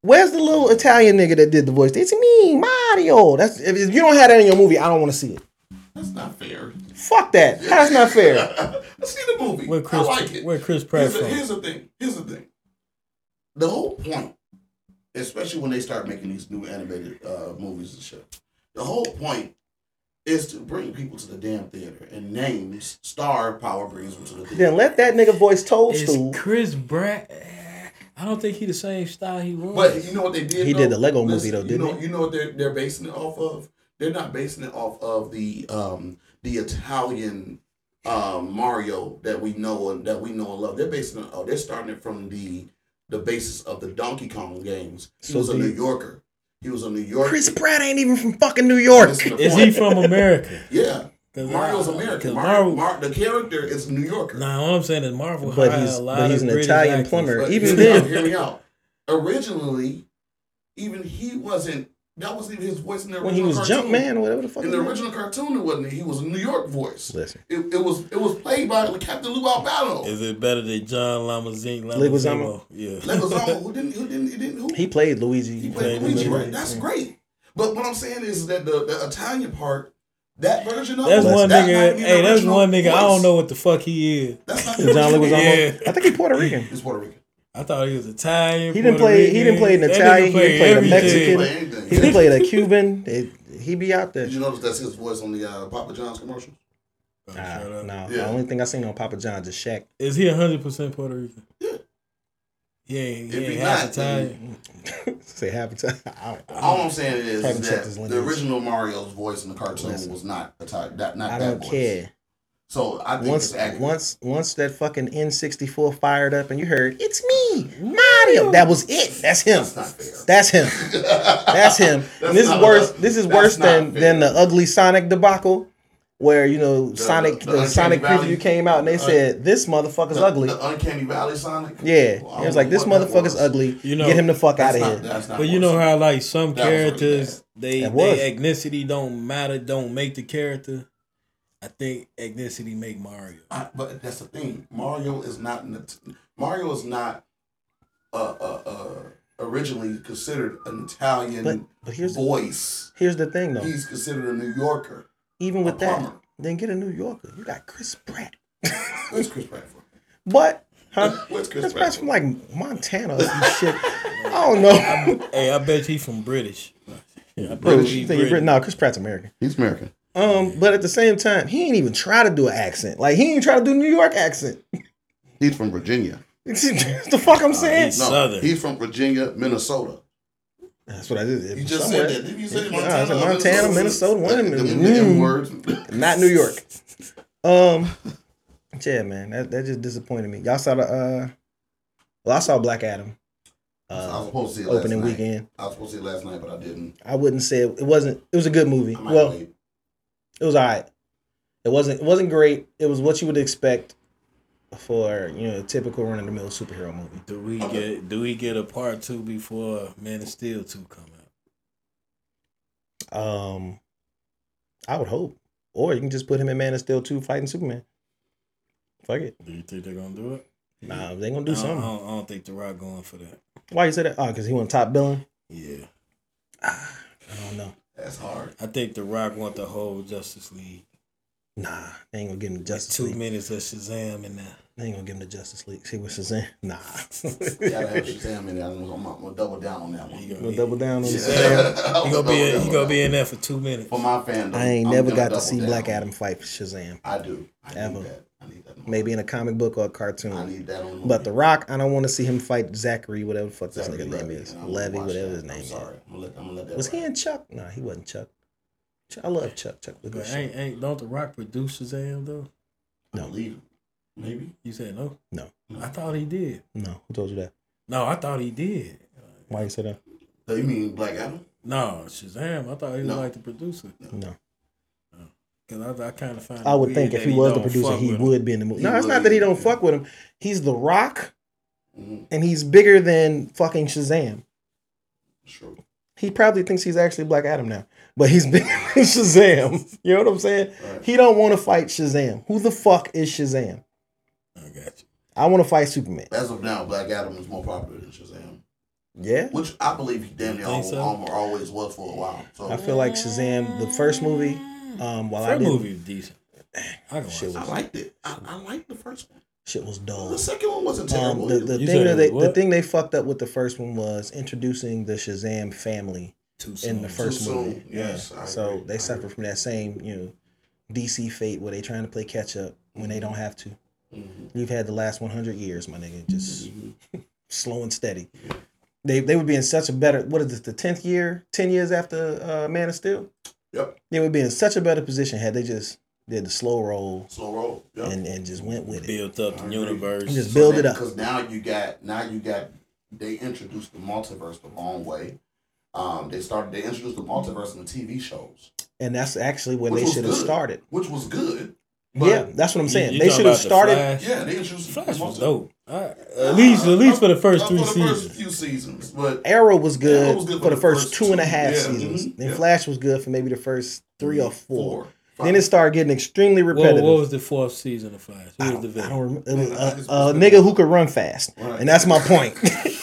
Where's the little Italian nigga that did the voice? It's me, Mario. That's if, if you don't have that in your movie, I don't want to see it. That's not fair. Fuck that. That's not fair. Let's see the movie. Where Chris, I like it. where Chris Pratt Here's the, from? here's the thing. Here's the thing. The whole point, especially when they start making these new animated uh, movies and shit, the whole point is to bring people to the damn theater. And names, star power brings them to the theater. Then let that nigga voice Toadstool. It's Chris Pratt. I don't think he the same style he was. But you know what they did? He though? did the Lego movie, though, you didn't know, You know what they're they're basing it off of? They're not basing it off of the um the Italian um Mario that we know and that we know and love. They're basing it. Oh, they're starting it from the the basis of the Donkey Kong games. He So was a do New you- Yorker. He was a New Yorker. Chris Pratt ain't even from fucking New York. Listen to is point. he from America? Yeah, 'Cause Mario's I- American. 'cause Mario, Mar- the character is New Yorker. Nah, all I'm saying is Marvel. But hired he's- a lot but of he's an British Italian actors. plumber. But even hear me then- out, hear me out. Originally, even he wasn't. That wasn't even his voice in the When he original was cartoon. Jumpman or whatever the fuck. In the his name- original cartoon, it wasn't. He was a New York voice. Listen. It, it was it was played by Captain Lou Albano. Is it better than John Lamazing? Leguizamo? Yeah. Leguizamo, who didn't who didn't he didn't who He played Luigi. he played played Luigi, Luigi, right? That's great. But what I'm saying is that the, the Italian part, that version of That's it, one that might nigga. be the Hey, that's original one nigga. I voice. don't know what the fuck he is. That's not John original. Leguizamo. Yeah. I think he Puerto Rican. He's Puerto Rican. I thought he was Italian. He didn't Puerto play- he didn't play an Rican. That Italian, nigga he played played a everything. He didn't Mexican. play anything. He played a Cuban. It, he be out there. Did you notice that's his voice on the uh, Papa John's commercial? Oh, Nah, shut up. nah. Yeah. The only thing I seen on Papa John's is Shaq. Is he hundred percent Puerto Rican? Yeah. He ain't, If he he ain't half not, then- Italian. Say half the time. I don't, I All I'm saying is, Haven't checked that his the lineage. original Mario's voice in the cartoon Listen. was not Italian. That not don't, I that don't voice. care. So I think Once it's accurate. once once that fucking N64 fired up and you heard, it's me, Mario. That was it. That's him. That's not fair. That's him. That's him. That's and this is not worse. a- this is that's worse not than fair. than the ugly Sonic debacle, where you know Sonic the the, Uncanny Sonic Valley- preview came out and they the- said this motherfucker's the, ugly. The Uncanny Valley Sonic. yeah, Well, I it don't was like know this what that motherfucker's was. ugly. You know, get him the fuck That's out of not- here. That's not. But you know how like some That was really characters they, That was. they ethnicity don't matter, don't make the character. I think ethnicity make Mario. I, but that's the thing. Mario is not. an It- Mario is not. Uh, uh, uh, originally considered an Italian But but here's the, voice. here's the thing though. He's considered a New Yorker. Even a with that, plumber. then get a New Yorker. You got Chris Pratt. Where's Chris Pratt from? But huh? Where's Chris, Chris Pratt Pratt's from? from like Montana or some shit. I don't know. Hey, I bet he from British. Yeah, I bet Bro, he you think you're Brit- British. no, Chris Pratt's American. He's American. Um, but at the same time, he ain't even try to do an accent. Like he ain't try to do New York accent. He's from Virginia. the fuck I'm saying? he's- Southern. He's from Virginia, Minnesota. That's what I did. You just Somewhere. said that. Didn't you say Yeah, Montana? I said Montana, Minnesota, one of them Them- is- them M Mm. words. Not New York. Um, yeah, man, that, that just disappointed me. Y'all saw the uh, well, I saw Black Adam I was uh, supposed to see it last opening night. weekend. I was supposed to see it last night, but I didn't. I wouldn't say it, it wasn't. It was a good movie. I might Well, wait. it was all right. It wasn't. It wasn't great. It was what you would expect for you know a typical run of the mill superhero movie. Do we get do we get a part two before Man of Steel two come out? Um, I would hope, or you can just put him in Man of Steel two fighting Superman. Fuck it, Do you think they're gonna do it? nah, they gonna I do don't, I something. don't, I don't think The Rock going for that. Why you say that? Oh, because he want top billing. Yeah, Ah, I don't know. That's hard. I think The Rock want the whole Justice League. Nah, they ain't gonna give him the Justice Two League. minutes of Shazam in there. They ain't gonna give him the Justice League. See what Shazam? Nah, Gotta have Shazam in there. I'm gonna, I'm gonna double down on that He one. gonna- gonna double down on Yeah. this. I'm He gonna double be in, he down gonna on be that in there for two minutes. one. For my fandom. I ain't I'm never gonna got to double see down. Black Adam fight Shazam. I do. I Ever. need that. I need that. on- Maybe in a comic book or a I cartoon. need that on. But The Rock, I don't want to see him fight Zachary, whatever the fuck this Zachary nigga name Levy, is. and I'm gonna Levy, watch whatever that. his name I'm is. sorry. I'm gonna let, I'm gonna let that. Was he ride. in Chuck? Nah, he wasn't Chuck. Chuck I love Chuck. Chuck was a good But shit. ain't, ain't don't The Rock produce Shazam though? I No. believe him. Maybe. You said no. No. I thought he did. No, who told you that? No, I thought he did. Why you say that? So you mean Black Adam? No, Shazam. I thought he was No. like the producer. No, Cause I, I kind of find. I it would weird think that if he was the don't producer, fuck he with him. would be in the movie. He No, it's would. not that he don't fuck with him. He's The Rock, Mhm. and he's bigger than fucking Shazam. True. He probably thinks he's actually Black Adam now, but he's been in Shazam. You know what I'm saying? Right. He don't want to fight Shazam. Who the fuck is Shazam? I got you. I want to fight Superman. As of now, Black Adam is more popular than Shazam, Yeah, which I believe he damn near Think so? al- always was for a while. So I feel like Shazam, the first movie. Um, while I First didn't, movie was decent. I can watch Shit it. I was liked it. I, I liked the first one. shit was dull. The second one wasn't Um, terrible. the, either. the You thing said that it they, was the what? thing they fucked up with the first one was introducing the Shazam family Too soon. in the first soon. movie. Yes, yeah. I so agree. they I suffer agree. from that same you know DC fate where they trying to play catch up when Mm-hmm. they don't have to. Mhm. You've had the last 100 years, my nigga, just Mhm. slow and steady. They they would be in such a better what is this the tenth year, ten years after uh, Man of Steel. Yep. They would be in such a better position had they just did the slow roll Slow roll. Yep. and and just went with it. Built up I the agree. universe. Just build it up. Because now you got now you got they introduced the multiverse the wrong way. Um, they started they introduced the multiverse in the TV shows, And that's actually where Which they was should have good. started. which was good. yeah, that's what I'm saying. You- you they talking should have about the started. Flash? Yeah, they introduced Flash the was multi- dope. I, at least, at least for the first Uh, three for the first seasons. few seasons, but Arrow was good, Arrow was good for the first, two and a half yeah, seasons. mhm, Then yeah. Mm-hmm. Flash was good for maybe the first three or four. Five. Then it started getting extremely What, repetitive. what was the fourth season of Flash? I Who was don't, the I villain? don't remember. It was Yeah, a, it's- a it's- nigga who could run fast, Right. and that's my point.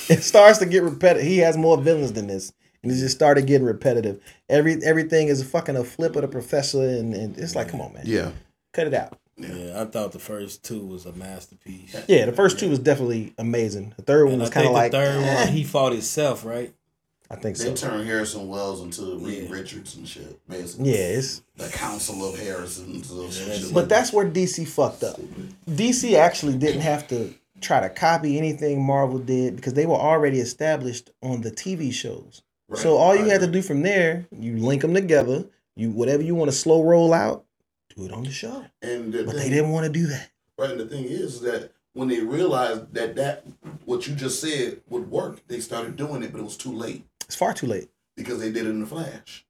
it starts to get repetitive. He has more villains than this, and it just started getting repetitive. Every everything is fucking a flip of the professor, and, and it's like, come on, man, yeah, cut it out. Yeah, I thought the first two was a masterpiece. Yeah, the first two was definitely amazing. The third one And I was kind think the of like, third eh, one, he fought himself, right? I think they so. turned Harrison Wells into Reed Yeah. Richards and shit, basically. Yeah, it's The Council of Harrisons. Or some that's shit it. like But that's where DC fucked up. DC actually didn't have to try to copy anything Marvel did because they were already established on the TV shows. Right, So all you right. had to do from there, you link them together. You whatever you want to slow roll out, do it on the show. and the But thing- they didn't want to do that. Right, and the thing is that when they realized that that what you just said would work, they started doing it, but it was too late It's far too late. because they did it in the flash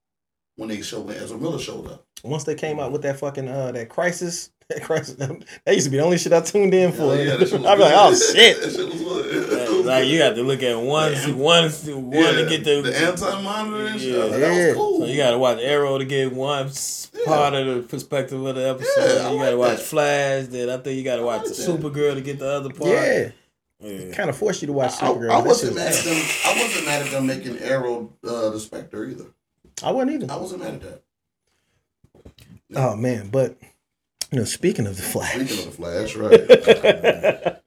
when they showed when Ezra Miller showed up. Once they came out with that fucking uh that crisis, that crisis, that used to be the only shit I tuned in for. Yeah, that I'd be shit was like, good. oh shit. That shit was Like, good. like, you got to look at one, Yeah. one, one Yeah, to get the. the anti monitor and shit. I was like, Yeah. That was cool. so you got to watch Arrow to get one s- part of the perspective of the episode. Yeah, I you got to like watch that. Flash. Then I think you got to watch like the that. Supergirl to get the other part. Yeah, Yeah. kind of forced you to watch I, Supergirl. I That shit wasn't was mad at bad. them. I wasn't mad at them making Arrow uh, the Spectre either. I wasn't either. I wasn't mad at that. Oh man, but you know, speaking of the Flash, Speaking of the Flash, right?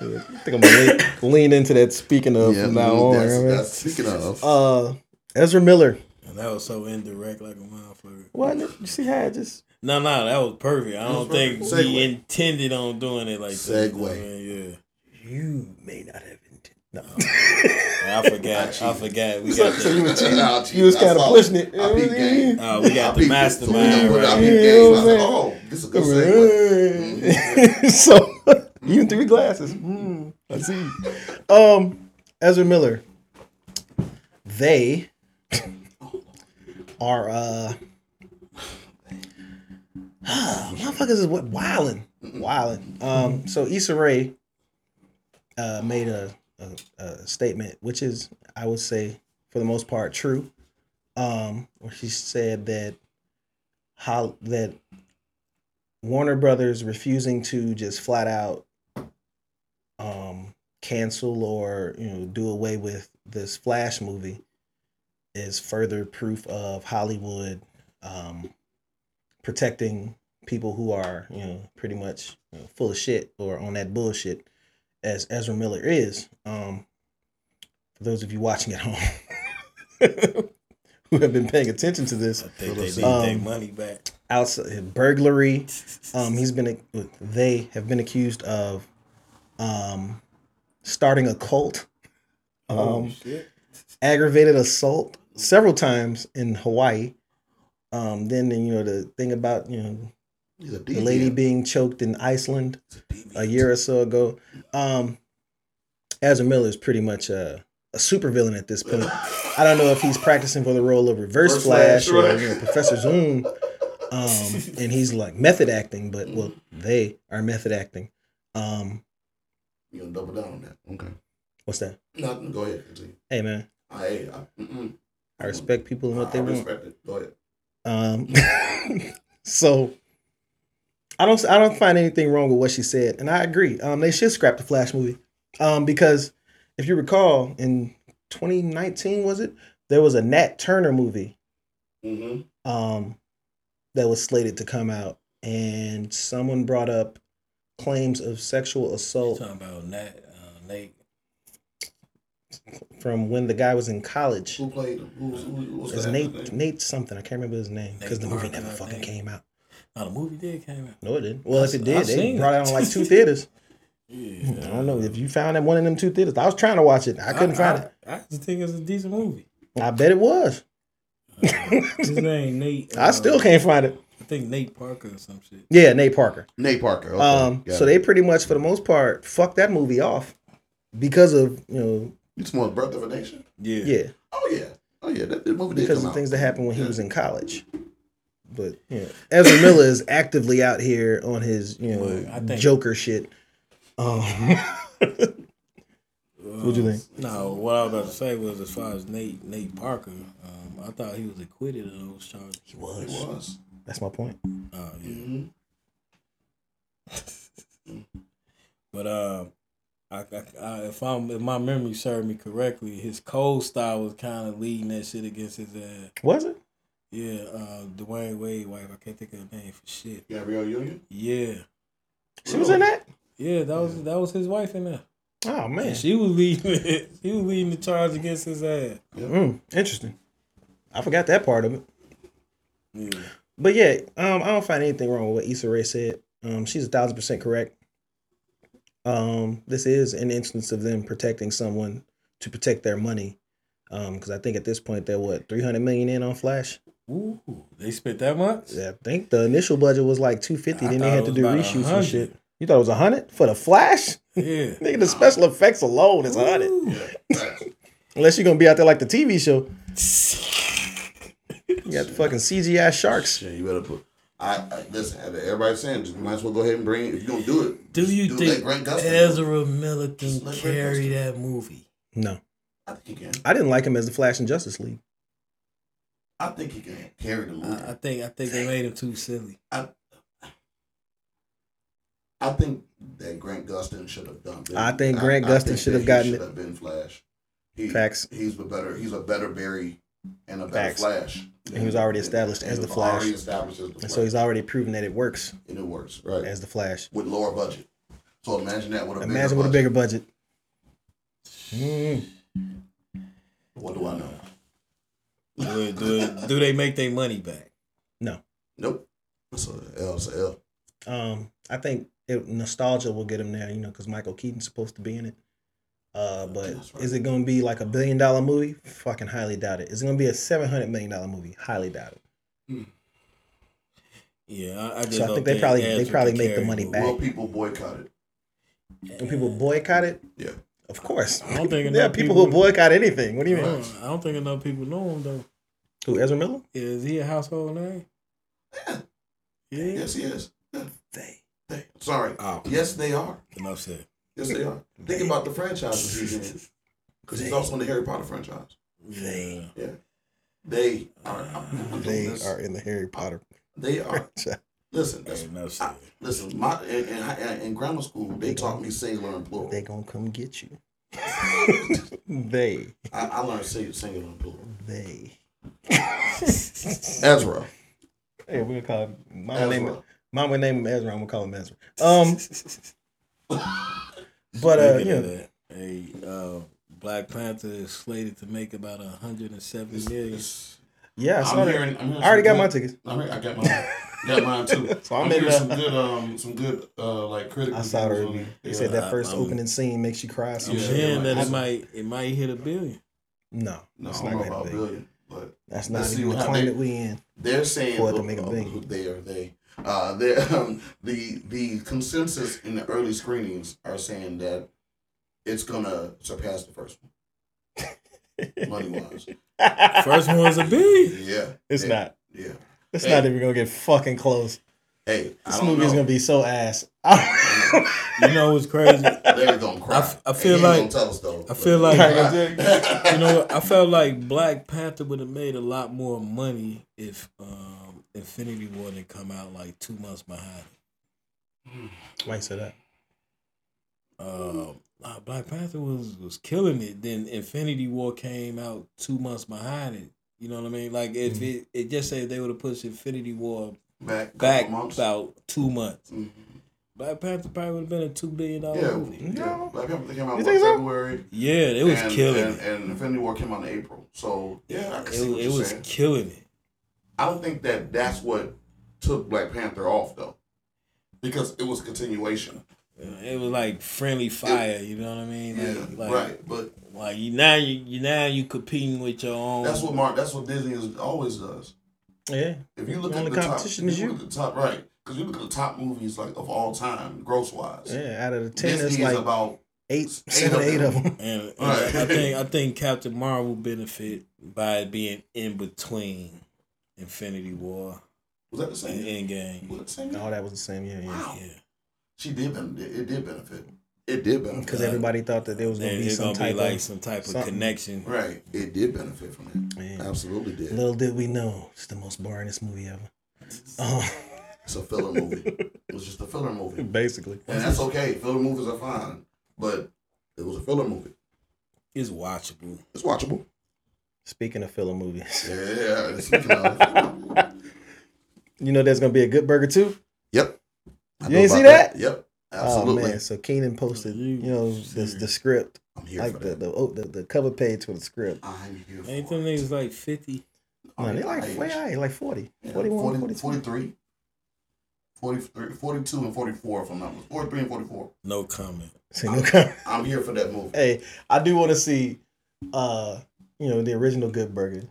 I think I'm gonna lean, lean into that. Speaking of from now on, that's, right? that's- speaking of. uh, Ezra Miller. And that was so indirect, like a motherfucker. What you see how I just No, no, that was perfect. I don't was think perfect. he Segue. intended on doing it like that. Segue. Yeah. you may not have intended. No, I forgot. I forgot. We got so the, you were cheating. Nah, cheating. You was I kinda saw pushing it. I beat game. uh, we I got peeped the it. So we mastermind. know, I Right? peeped Yeah, game. I I'm was like, saying. oh, this is a good segue. so you in three glasses. Mm, I see. Um, Ezra Miller. They are uh motherfuckers is what wilding, wilding. Um, so Issa Rae uh, made a, a, a statement, which is, I would say, for the most part, true. Um, where she said that how that Warner Brothers refusing to just flat out um cancel or you know do away with this Flash movie is further proof of Hollywood um protecting people who are you know pretty much you know, full of shit or on that bullshit as Ezra Miller is um for those of you watching at home who have been paying attention to this I think they need Um, their money back. outside burglary. Um, he's been they have been accused of um, starting a cult, um, shit. aggravated assault several times in Hawaii. Um, then you know the thing about you know He's a the deviant. lady being choked in Iceland He's a deviant. a year or so ago. Um, Ezra Miller is pretty much a, a supervillain at this point. I don't know if he's practicing for the role of Reverse, Reverse Flash, Flash, or right. you know, Professor Zoom, um, and he's like method acting. But well, Mm-hmm. they are method acting. Um, You gonna double down on that? Okay. what's that? Nothing. Go ahead. continue. Hey man, I, I, mm-mm. I respect people and what they I want. respect it. Go ahead. Um, so I don't I don't find anything wrong with what she said, and I agree. Um, they should scrap the Flash movie, um, because if you recall, in 2019 was it there was a Nat Turner movie Mm-hmm. um, that was slated to come out, and someone brought up claims of sexual oh. You assault talking about Nat, uh, Nate? from when the guy was in college. Who played him? Who, was- who, who was It was the actor's Nate name? Nate something I can't remember his name because Nate the movie Parker, never I fucking think. came out. Oh, the movie did came out. No, it didn't. Well, if I- it I did, they seen brought it it. on like two theaters. Yeah, I don't know if you found that one in them two theaters. I was trying to watch it. I couldn't find it. I just think it's a decent movie. I bet it was. His name Nate. I uh, still can't find it. I think Nate Parker or some shit. Yeah, Nate Parker. Nate Parker. Okay. um, Got so it. they pretty much, for the most part, fucked that movie off because of you know, You just want Birth of a Nation? Yeah. yeah, Oh yeah. Oh yeah. That, that movie did because come of out. things that happened when he was in college. But you know, Ezra Miller is actively out here on his you Well, I know think- Joker shit. Um, what do you think? Uh, No, what I was about to say was as far as Nate Nate Parker, um, I thought he was acquitted of those charges. He It was. was. That's my point. Oh yeah. Mm-hmm. But uh, I, I, I, if I'm if my memory served me correctly, his cold style was kind of leading that shit against his uh, Was it? yeah, uh, Dwayne Wade wife. I can't think of her name for shit. Gabrielle Union. Yeah, She was in that. yeah, that was that was his wife in there. Oh man. And she was leading it. She was leading the charge against his ass. Mm, interesting. I forgot that part of it. Yeah, But yeah, um, I don't find anything wrong with what Issa Rae said. Um, she's a thousand percent correct. Um, this is an instance of them protecting someone to protect their money. Um, because I think at this point they're what three hundred million in on Flash. ooh, they spent that much. Yeah, I think the initial budget was like two fifty. I Then they thought had it to was do about reshoots and 100. shit. You thought it was a hundred for the Flash? Yeah. Nigga, the special effects alone is a hundred. Ooh. Unless you're gonna be out there like the TV show. You got the fucking CGI sharks. Shit, you better put. I, I listen. Everybody's saying just might as well go ahead and bring. it. If you're gonna do it, Do just you do think that Grant Gustin. Ezra Miller Just can let Grant carry Gustin. that movie? No, I think he can. I didn't like him as the Flash in Justice League. I think he can carry the movie. I, I think I think they made him too silly. I think that Grant Gustin should have done. I think Grant Gustin should that have gotten he it. Should have been Flash. He, Facts. He's a better. He's a better Barry and a better Facts. Flash. And he was already established And as he the was already Flash. established as the And Flash. so he's already proven that it works and it works right as the Flash. with lower budget. So imagine that with a Imagine with a budget. bigger budget. Mm. What do I know? Do, it- do, it- do they make their money back? Nope. It's a L. It's a L. Um, I think it, nostalgia will get him there, you know, because Michael Keaton's supposed to be in it. Uh, but That's right. is it going to be like a billion dollar movie? Fucking highly doubt it. Is it going to be a seven hundred million dollar movie? Highly doubt it. Yeah, I, I just So I don't think they probably- they Ezra probably can make the carry money movie. back. Will people boycott it? When people boycott it, Yeah. of course. I don't think There are enough people who people- boycott anything. What do I you mean? don't, I don't think enough people know him though. Who Ezra Miller? Is he a household name? Yeah. Yeah. Yes, he is. They. They. Sorry. Oh, Yes, they are. enough said. Yes, they are. Think about the franchises he's in. Because he's also in the Harry Potter franchise. Yeah. They are. I'm- I'm They doing this. are in the Harry Potter They are. franchise. Listen, that's, Enough I, said. listen. My in, in, hi- in grammar school, they taught me singular and plural. They gonna come get you. they. I, I learned sing- singular and plural. They. Ezra. Hey, we're gonna call him. Mama name him. Ezra. Mama name him Ezra. I'm gonna call him Ezra. Um, but uh, Speaking yeah, of that, hey, uh, Black Panther is slated to make about 107 It's- million. it's- yeah. I, saw I'm that. hearing. I'm hearing I already some got my good- tickets. I mean, I got mine. Got mine too. So I'm, I'm in. hearing some Uh, good, um, some good, uh, like critical. I saw it reviews on already. it. They Yeah. said that I- 1st I'm- opening scene makes you cry. So I'm Yeah. hearing that it I- might it might hit a billion. No, No, it's I not don't know gonna about be. billion, but that's not Let's see even the how climate they- we in. They're saying For it to oh, make a oh, big- they are they. Uh, they're, um, the the consensus in the early screenings are saying that it's gonna surpass the first one, money wise. First one's a billion. Yeah, it's yeah, not. Yeah, It's Hey. not even gonna get fucking close. Hey, I This don't movie is know. gonna be so ass. You know what's crazy? They're gonna cry. I f- I feel He ain't like- gonna tell us though. I feel like- you You know what? I felt like Black Panther would have made a lot more money if um, Infinity War didn't come out like two months behind. Why you say that? Um, uh, Black Panther was was killing it. Then Infinity War came out two months behind it. You know what I mean? Like if it, it just said they would have pushed Infinity War back back Mm. couple months. about two months, Mhm. Black Panther probably would have been a two billion dollar Yeah. movie. Yeah, Oh, No. Black Panther came out You what, think so? February. Yeah, it was and, killing and, it. and Infinity War came out in April. So yeah, I can It, see what it you're was saying. killing it. I don't think that that's what took Black Panther off though, because it was continuation. It was like friendly fire. You know what I mean? Like, yeah, like, right. But Like you now, you, you now you competing with your own. that's what Mark. That's what Disney is, always does. Yeah. If you look The at only the top, if competition is you you. look at the top right, because you look at the top movies like of all time, gross wise. Yeah. Out of the ten, Disney it's is like about eight, eight seven, of eight them. of them. And, and Right. I think I think Captain Marvel benefit by being in between Infinity War was that the same? and Endgame. Was that the same? All that was the same. Yeah. Yeah. Wow. Yeah, She did. ben- It did benefit. It did benefit. Because everybody thought that there was gonna There- be there's some gonna be type like of. some type of something. connection. Right. It did benefit from it. Man. Absolutely did. Little did we know, it's the most boringest movie ever. Uh, It's a filler movie. It was just a filler movie, and basically. that's okay. Filler movies are fine, but it was a filler movie. It's watchable. It's watchable. Speaking of filler movies, Yeah. Speaking of, you know there's gonna be a Good Burger too. yep. I You know ain't about see that? Yep. Oh Absolutely. man! So Keenan posted, You you know, the, serious. the script, I'm here like for the that. the, oh, the the cover page for the script. I'm here for Ain't them it. niggas like fifty? Oh, No, they like Age. way high, like 40, Yeah, 41, 40, 42. 43, 43, 42, and 44 if I'm not mistaken. 43 and 44. No comment. See, no comment. I'm here for that movie. Hey, I do want to see, uh, you know, the original Good Burger.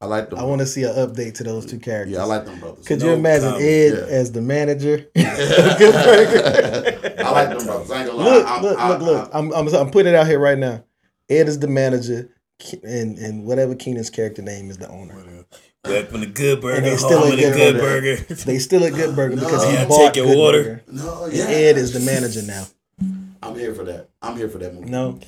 I like them. I want to see an update to those two characters. yeah, I like them brothers. Could No you imagine comment, Ed yeah. as the manager? of Good Burger. I like them brothers. I ain't gonna lie. look, I, look, I, look, look. I, am I'm, I'm putting it out here right now. Ed is the manager, Ke- and and whatever Keenan's character name is the owner. Welcome to Good Burger. they still home ain't of the getting Good no- Burger. They still at Good Burger because No. he Yeah, I'm bought taking Good water. Burger. No, And yeah. Ed is the manager now. I'm here for that. I'm here for that movie. No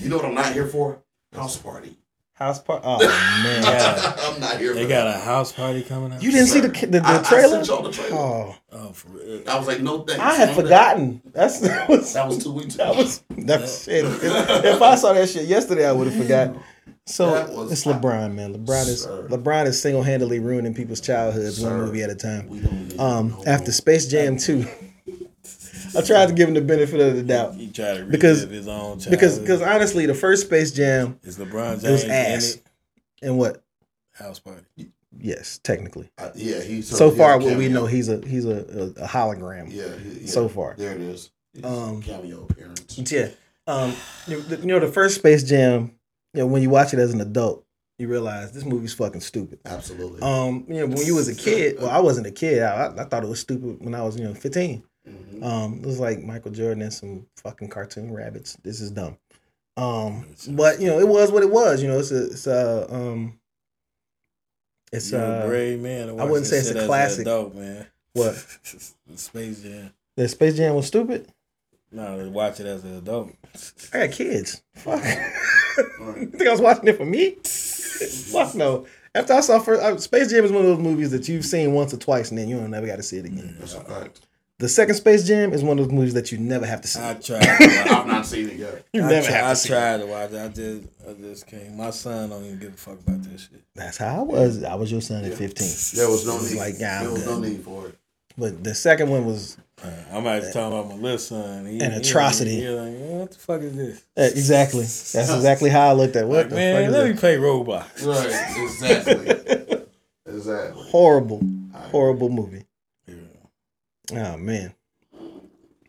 You know what I'm not here for? House party. house party. Oh man, Yeah. I'm not here They for got that. a house party coming out. you didn't see the ki- the, the I, I trailer? sent y'all the trailer. oh, Oh, for real. I was like, no thanks. I had man. forgotten. That's that was That was two weeks ago. that was that was shit. If, if I saw that shit yesterday, I would have forgotten. So That was- it's LeBron, man. LeBron is Sir. LeBron is single handedly ruining people's childhoods Sir. one movie at a time. We don't need Um, no after more. Space Jam two, I tried to give him the benefit of the doubt He tried to relive Because- his own childhood. because because honestly, the first Space Jam it's LeBron James it was in ass it. and what? House party. Yes, technically. Uh, yeah, he. So he far, has a what we cameo. know, he's a he's a, a, a hologram. Yeah, he- yeah. So far, There it is. It's Um, cameo appearance. Yeah. Um, you you know, the first Space Jam, you know, when you watch it as an adult, you realize this movie's fucking stupid. Absolutely. Um, you know, when you was a kid, well, I wasn't a kid. I, I thought it was stupid when I was, you know, 15. Mhm. Um, it was like Michael Jordan and some fucking cartoon rabbits. This is dumb. Um, but you know, it was what it was. You know, it's a, it's a, um, it's You're a uh, brave man. to I watch wouldn't that say it's shit a as an classic. Adult man. what Space Jam. the Space Jam was stupid. No, to watch it as an adult. I got kids. Fuck. Right. you think I was watching it for me? Fuck no. After I saw first, uh, Space Jam is one of those movies that you've seen once or twice, and then you don't never got to see it again. Mm. That's a fact. The second Space Jam is one of those movies that you never have to see. I tried. To watch, I've not seen it yet. you I, never tri- have I to see. it. tried to watch. it. I just, I just came. My son don't even give a fuck about that shit. That's how I was. I was your son at Yeah. fifteen, There was no It's need. like, yeah, I'm there was no good. need for it. but the second one was Uh, I'm actually talking about my little son. He- An he- atrocity. He, like, "Eh, what the fuck is this? eh, exactly. That's exactly how I looked at it. what Like, the man, fuck let is me play Roblox. Right. Exactly. exactly. that? Horrible, I- horrible movie. Yeah. Oh man.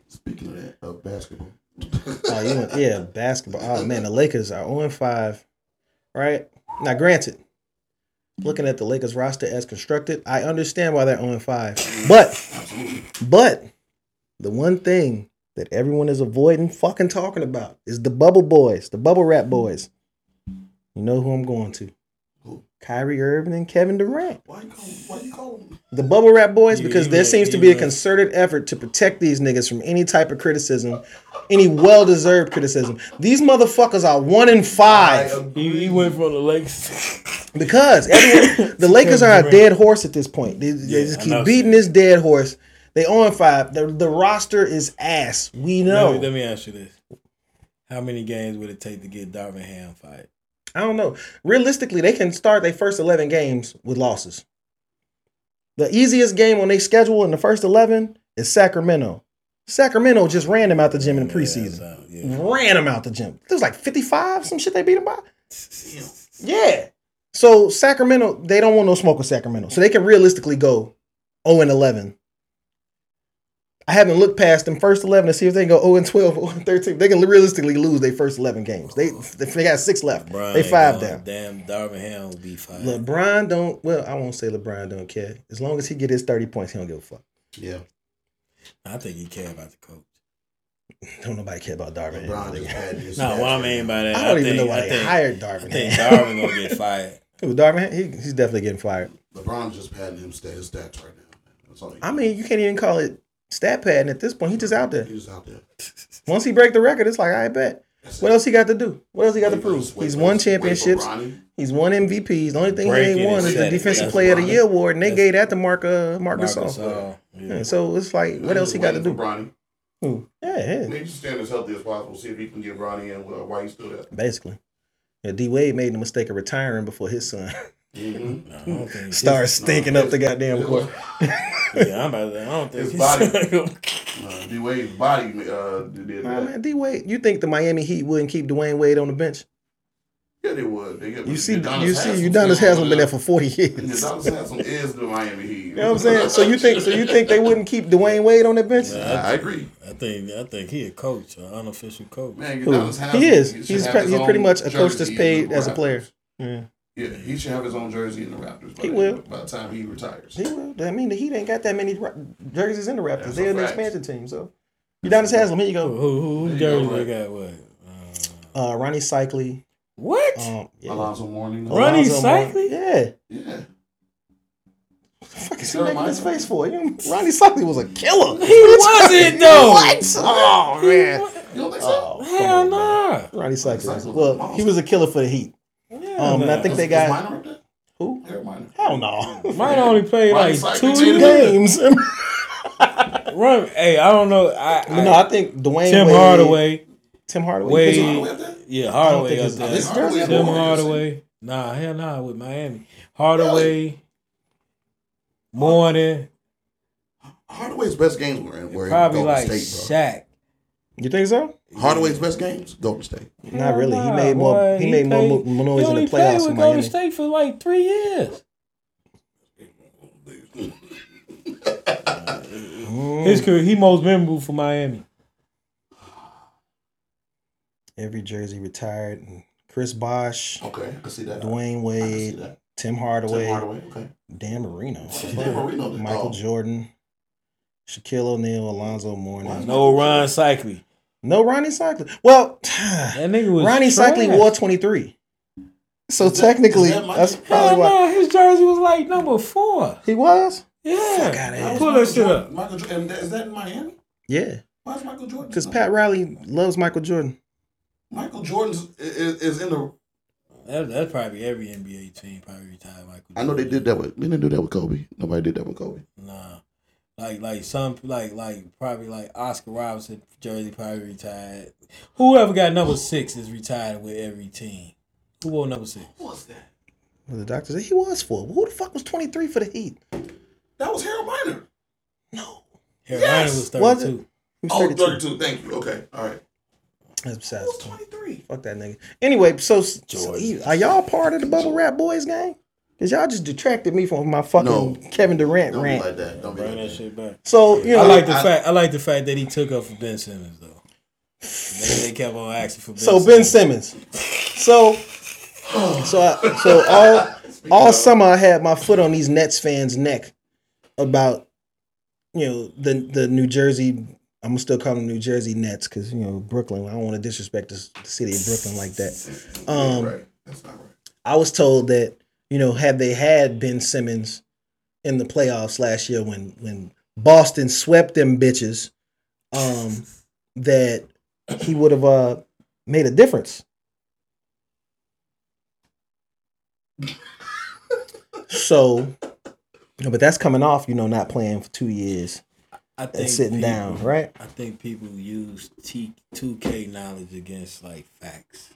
Speaking of that, of basketball. Oh, you went, yeah, basketball. Oh man, the Lakers are on five, right? Now, granted, looking at the Lakers roster as constructed, I understand why they're on five. But, Absolutely. but, the one thing that everyone is avoiding fucking talking about is the bubble boys, the bubble wrap boys. You know who I'm going to? Who? Kyrie Irving and Kevin Durant. Why you call? Why you call him? The bubble wrap boys, Yeah, because you there right, seems to you be a right. concerted effort to protect these niggas from any type of criticism, any well deserved criticism. These motherfuckers are one in five. He, he went from the Lakers. Because everyone, the Lakers are a Durant. dead horse at this point. They, they Yeah, just I keep know. beating this dead horse. They on five. The, the roster is ass. We know. Let, me, let me ask you this: How many games would it take to get Darvin Ham fired? I don't know. Realistically, they can start their first eleven games with losses. The easiest game on their schedule in the first eleven is Sacramento. Sacramento just ran them out the gym in the Yeah, that's preseason. out, yeah. Ran them out the gym. It was like fifty five, some shit they beat them by. Yeah. So Sacramento, they don't want no smoke with Sacramento. So they can realistically go 0 and 11. I haven't looked past them first 11 to see if they can go 0 and 12 or 0 and 13. They can realistically lose their first 11 games. They they got six left. LeBron they ain't five going, down. Damn, Darvin Ham will be fired. LeBron don't well, I won't say LeBron don't care. As long as he get his 30 points, he don't give a fuck. Yeah, I think he care about the coach. Don't nobody care about Darvin. LeBron just Ham. had this. No, what I mean by that, I don't even think, know why I they think, hired I Darvin. think Ham. Darvin gonna get fired. Who, Darvin Ham? He, he's definitely getting fired. LeBron just patting him stat, his stats right now. That's all. He I mean, you can't even call it stat padding at this point. He just out there. he was out there. Once he break the record, it's like I bet. That's What it. else he got to do? What else he got to Wait for- prove? wait He's for- won wait for championships. Bronny. He's won MVPs. The only thing Break he it ain't won and is set the it. Defensive That's Player of the Bronny. Year award, and they That's- gave that to Mark uh, Marc Marc Gasol. Gasol, yeah. Yeah, so it's like, what else he got to Waiting for do? Bronny. Ooh, Yeah, yeah, Maybe just stand as healthy as possible. See if he can get Bronny in uh, while he's still there. basically. Yeah, D Wade made the mistake of retiring before his son Mm-hmm. No, I don't think he- starts stinking up the goddamn court. Yeah, I'm about to, I don't think His he's body. Uh, D Wade's body uh, did that. Nah, man, D Wade, you think the Miami Heat wouldn't keep Dwayne Wade on the bench? Yeah, they would. They get, You see, Udonis you see, Haslam Udonis still hasn't been there. there for forty years. Udonis Haslam is the Miami Heat. You know what I'm saying? So you think, so you think they wouldn't keep Dwayne Wade on their bench? I agree. I think I think he a coach, an unofficial coach. Man, Who? Udonis Haslam He is. should He's have pre- his he's pretty own much a coach that's jersey in paid the as a Raptors. player. Yeah. Yeah, he should have his own jersey in the Raptors. By He the- will. By the time he retires. He will. I mean, the Heat ain't got that many ra- jerseys in the Raptors. That's a They're an fact. expansion team, so. Udonis Haslam, here you Who go. who, who, There you jersey go, they right. got? What? Uh, Uh, Ronnie Cycli. what? Um, yeah. Alonzo Mourning. Right. Ronnie Alonzo Mourning. Cycli? Yeah. What Yeah. the fuck is he Never making mind. his face for? You know, Ronnie Cycli was a killer. He wasn't, though. What? Oh, man. You don't think so? Oh, come Hell on, man. nah. Ronnie Cycli Cycli. was a Well, monster. he was a killer for the Heat. Yeah, Um, and I nah. think they Is- is got- Minor up there? Who? Eric Minor. Hell no. Mine only played Ronnie like Cycli two too. Games. Run, hey, I don't know. I, I, no, I think Dwayne Tim Wade- Hardaway, Tim Hardaway. Wade. Is Hardaway up there? yeah, don't Hardaway think up it's- there. it's Tim Hardaway and Warriors. Hardaway, nah, hell nah, with Miami. Hardaway, Morning, Hardaway's best games were in were in probably Golden like State, bro. Shaq. You think so? Hardaway's best games, Golden State. Not Hell really. He nah, made more. boy. He made more mo- played- more he noise in only the played playoffs with in Golden Miami. State for like three years. Mm. His career, he most memorable for Miami. Every jersey retired. and Chris Bosch, Okay, I can see that. Dwayne I can see Wade, that. Tim Tim Hardaway, Hardaway. Okay. Dan Marino, Dan Marino did- Michael oh. Jordan, Shaquille O'Neal, Alonzo Mourning. No, No Ron Cycli. Ronnie Cycli. Well, That nigga was Ronnie trash. Cycli wore twenty three. So Is that- technically, is that Michael- that's Hell probably why nah, his jersey was like number four. he was. Fuck outta Yeah, here. pull that shit up. Jordan- Michael Jordan. and that- Is that in Miami? Yeah, Why is Michael Jordan? because Pat Riley loves Michael Jordan. Michael Jordan's i- i- is, is in the. That, that's probably every NBA team probably retired Michael. I know they Jordan. did that with. They didn't do that with Kobe. Nobody did that with Kobe. Nah, like like some like like probably like Oscar Robertson jersey probably retired. Whoever got number six is retired with every team. Who wore number six? What's that? Well, the doctor said he was four. Who the fuck was twenty three for the Heat? That was Harold Miner. No, Carolina Yes! was Was it? thirty-two. he was Oh, 32. 32. Thank you. Okay. All right. That's That besides was the point. 23. Fuck that nigga. Anyway, so, so Jordan. you- are y'all part of the Bubble Rap Boys gang? Cause y'all just detracted me from my fucking No. Kevin Durant Don't rant. be like that. Don't be Bring like that that. shit back. So you know, I like the I- fact. I like the fact that he took up for Ben Simmons though. They, they kept on asking for Ben. so Ben Simmons. So so I, so all all summer I had my foot on these Nets fans' neck about you know the the New Jersey. I'm still calling them New Jersey Nets because you know Brooklyn. I don't want to disrespect this, the city of Brooklyn like that. Um, right. That's not right. I was told that you know, had they had Ben Simmons in the playoffs last year when when Boston swept them bitches, um, that he would have uh, made a difference. So, you know, but that's coming off, you know, not playing for two years I and sitting people- down, right? I think people use T two K knowledge against like facts.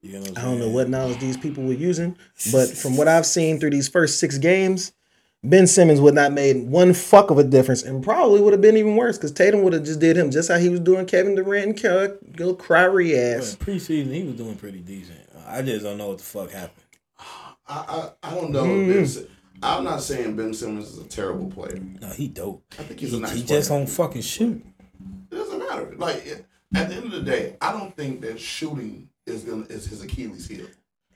You know, what I'm I don't know saying? what knowledge these people were using, but from what I've seen through these first six games, Ben Simmons would not made one fuck of a difference, and probably would have been even worse because Tatum would have just did him just how he was doing Kevin Durant and Ky- little Kyrie But ass. preseason he was doing pretty decent. I just don't know what the fuck happened. I, I, I don't know. Hmm. if Ben, Sim- I'm not saying Ben Simmons is a terrible player. No, he dope. I think he's a He- nice he just player. don't fucking shoot. It doesn't matter. Like it- at the end of the day, I don't think that shooting is gonna is his Achilles heel.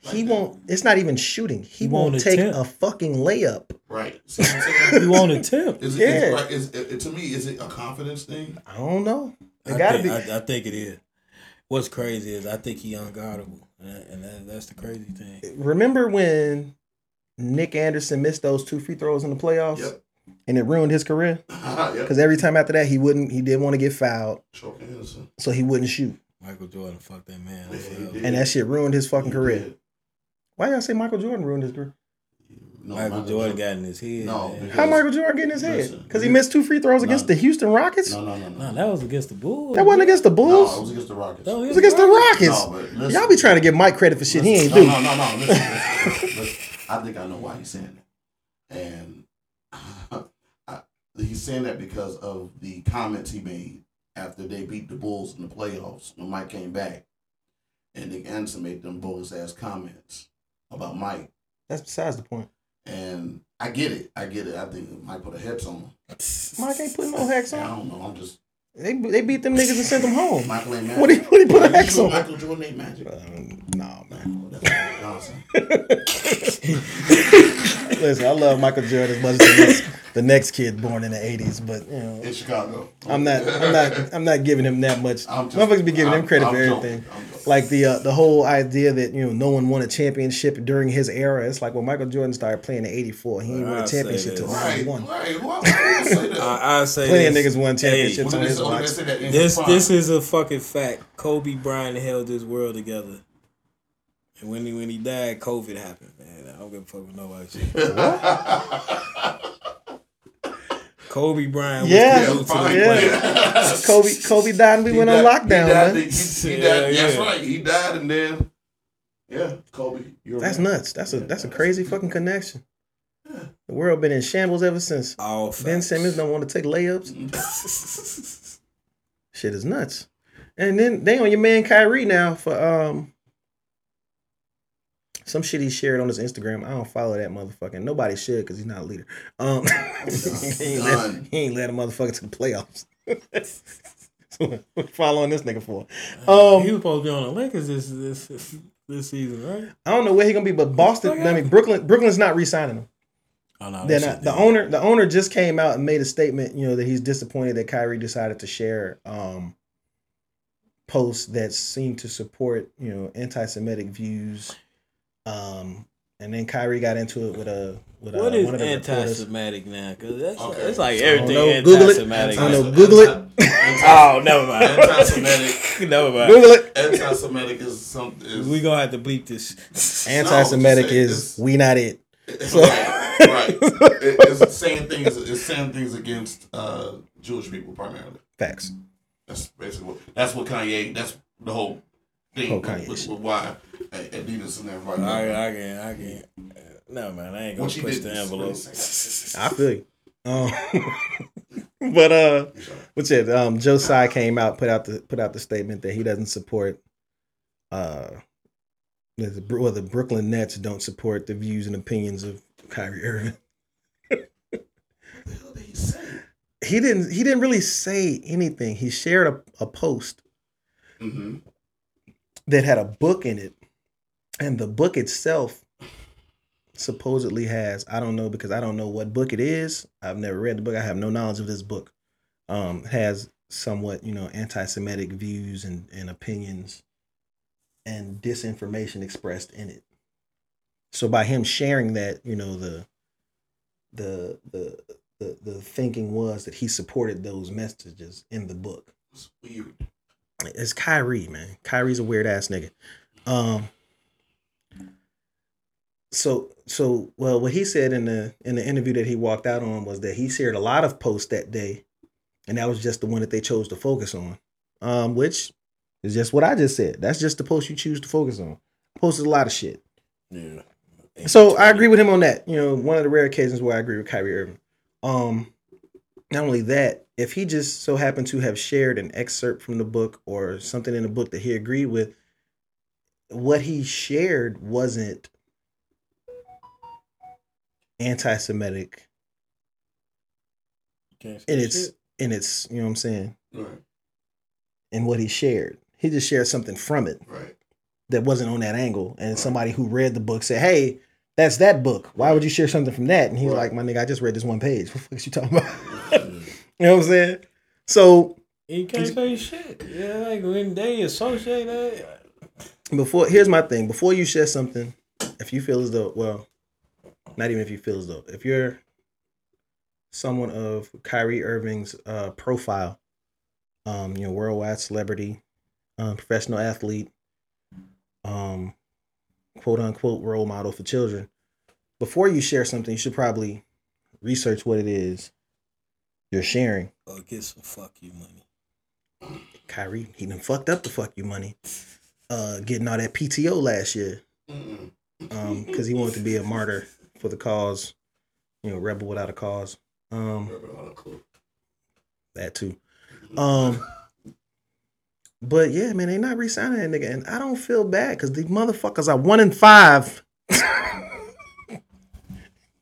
He won't. It's not even shooting. He, He won't, won't take attempt. a fucking layup. Right. See what I'm saying? He won't attempt. Is it, Yeah. is, right, is, it, to me, is it a confidence thing? I don't know. It I gotta think, be. I, I think it is. What's crazy is I think he unguardable, and, that, and that, that's the crazy thing. Remember when Nick Anderson missed those two free throws in the playoffs, Yep. and it ruined his career yep. because every time after that he wouldn't. He didn't want to get fouled, Choking Henderson. so he wouldn't shoot, Michael Jordan fucked that man. Yeah, up he forever. did. and that shit ruined his fucking He career. did. Why y'all say Michael Jordan ruined his career? No, Michael Jordan got in his head. No, man. because- How Michael Jordan get in his head? Listen, Because he you- missed two free throws against No. the Houston Rockets. No, no, no, no. Nah, that was against the Bulls. That wasn't against the No, Bulls. it was against the Rockets. That it was against the Rockets. No, but listen, y'all be trying to give Mike credit for shit he ain't no, do. No, no, no. Listen, listen, listen, listen. I think I know why he's saying that, and I, he's saying that because of the comments he made after they beat the Bulls in the playoffs when Mike came back, and Nick Anderson made them bogus ass comments about Mike. That's besides the point. And I get it. I get it. I think Mike put a hex on him. Mike ain't putting no hex I on. don't know. I'm just They they beat them niggas and sent them home. Michael ain't magic. What he what he put a Are you hex sure on? Michael Jordan ain't magic. Um, no man. No, that's Michael Johnson. Listen, I love Michael Jordan as much as the next, the next kid born in the '80s, but you know, in Chicago. I'm not I'm not I'm not giving him that much. I'm just- Motherfuckers be giving him I'm- credit I'm for joking. everything. I'm joking. like the uh, the whole idea that you know no one won a championship during his era. It's like when Michael Jordan started playing in '84, he ain't won a I'll say championship this. till Right, '91. right. Why would I say that? I, I say Plenty this. of niggas won Why championships did on they his say- why did watch. they say that in his This prime? this is a fucking fact. Kobe Bryant held this world together, and when he when he died, COVID happened. Man, I don't give a fuck with nobody. Said. Kobe Bryant. Yeah. Yeah, was the glue fine, to the yeah. player. Kobe Kobe died and we He went died- on he lockdown, died- man. he- he Yeah, died- That's yeah. right. He died, and then yeah, Kobe. You're That's right. nuts. That's a that's a crazy fucking connection. The world been in shambles ever since. All facts. Ben Simmons don't want to take layups. Mm-hmm. Shit is nuts. And then they on your man Kyrie now for um some shit he shared on his Instagram. I don't follow that motherfucker. and Nobody should because he's not a leader. Um, he, ain't let, Done. he ain't let a motherfucker to the playoffs. so what following this nigga for? Um, he was supposed to be on the Lakers this this this season, right? I don't know where he gonna be, but Boston. I mean, Brooklyn. Brooklyn's not re-signing him. Oh no, They're not. that shit uh, The dead. owner. The owner just came out and made a statement. You know that he's disappointed that Kyrie decided to share um posts that seem to support you know anti-Semitic views. Um, and then Kyrie got into it with a with What uh, is one of the reporters. anti-Semitic now? Because that's Okay. it's I like don't everything know. Google it. anti-Semitic. I don't know. is. Google it. Oh, never mind. Anti-Semitic. never mind. Google it. Anti-Semitic is something. is- We gonna have to bleep this. Anti-Semitic saying is it's- we not it. It's right. right. It- it's the same things. It's saying things against uh, Jewish people primarily. Facts. That's basically what. That's what Kanye. That's the whole thing. Whole Kanye with, with, shit. with why Adidas and everybody. I, I can, I can. No man, I ain't gonna What you push did the was envelope. I feel you. Um, but uh, what's it? Um, Joe Tsai came out put out the put out the statement that he doesn't support. Uh, that the, Bru- well, the Brooklyn Nets don't support the views and opinions of Kyrie Irving. What the hell did he say? He didn't. He didn't really say anything. He shared a, a post Mm-hmm. that had a book in it, and the book itself supposedly has I don't know because I don't know what book it is. I've never read the book. I have no knowledge of this book. Um, has somewhat you know anti-Semitic views and and opinions and disinformation expressed in it. So by him sharing that, you know, the the the the, the thinking was that he supported those messages in the book. It's weird. It's Kyrie, man. Kyrie's a weird ass nigga. Um so so well what he said in the in the interview that he walked out on was that he shared a lot of posts that day and that was just the one that they chose to focus on. Um which is just what I just said. That's just the post you choose to focus on. Posted a lot of shit. Yeah. So I agree with him on that. You know, one of the rare occasions where I agree with Kyrie Irving. Um, not only that, if he just so happened to have shared an excerpt from the book or something in the book that he agreed with, what he shared wasn't anti-Semitic Can't say in its shit. in its you know what I'm saying Right, in what he shared. He just shared something from it. right. that wasn't on that angle and somebody who read the book said hey that's that book why would you share something from that and he's Right. like my nigga i just read this one page what the fuck is you talking about Mm-hmm. you know what i'm saying so He can't say shit. Yeah, like when they associate that. before here's my thing before you share something if you feel as though well not even if you feel as though if you're someone of Kyrie Irving's uh, profile um you know worldwide celebrity um, professional athlete um quote unquote role model for children before you share something you should probably research what it is you're sharing Or get some fuck you money. Kyrie he done fucked up the fuck you money uh getting all that PTO last year Mm-mm. um because he wanted to be a martyr for the cause you know rebel without a cause um Remember all the clue. that too um but yeah man they not re-signing that nigga and i don't feel bad because these motherfuckers are one in five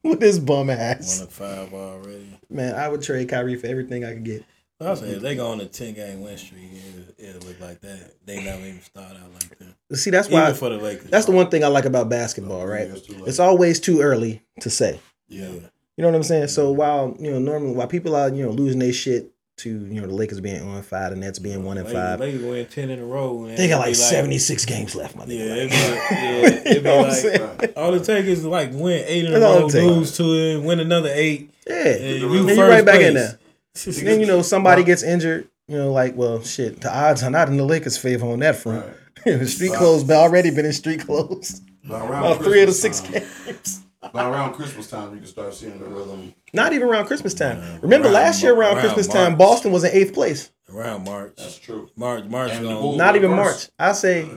with this bum One ass to five already. man i would trade Kyrie for everything i could get I say if they go on a ten game win streak, it'll, it'll look like that. They never even start out like that. see that's Even why for the Lakers. that's the one thing i like about basketball right Yeah, it's too late. it's always too early to say Yeah. You know what I'm saying? So while you know normally while people are you know losing their shit to you know the Lakers being on five, the Nets being one and Lakers- five, Lakers win ten in a row. and they got like it'd be 76 games left, my Yeah, nigga. it'd like- be, yeah, You it'd be know what I'm like saying? Right. all it takes is like win eight in a That's all row, it take. lose two, and win another eight. Yeah, And the you real- and first you right back in place. there. Then you know somebody gets injured. You know, like well, shit. The odds are not in the Lakers' favor on that front. Right. street clothes, but already been in street clothes. By around All three of the Christmas six time- games. By around Christmas time, you can start seeing the rhythm. Not even around Christmas time. Remember around- last year around, around Christmas time, March. Boston was in eighth place. around March, That's true. March, March. And the gonna- Bulls. Not even March. First. I say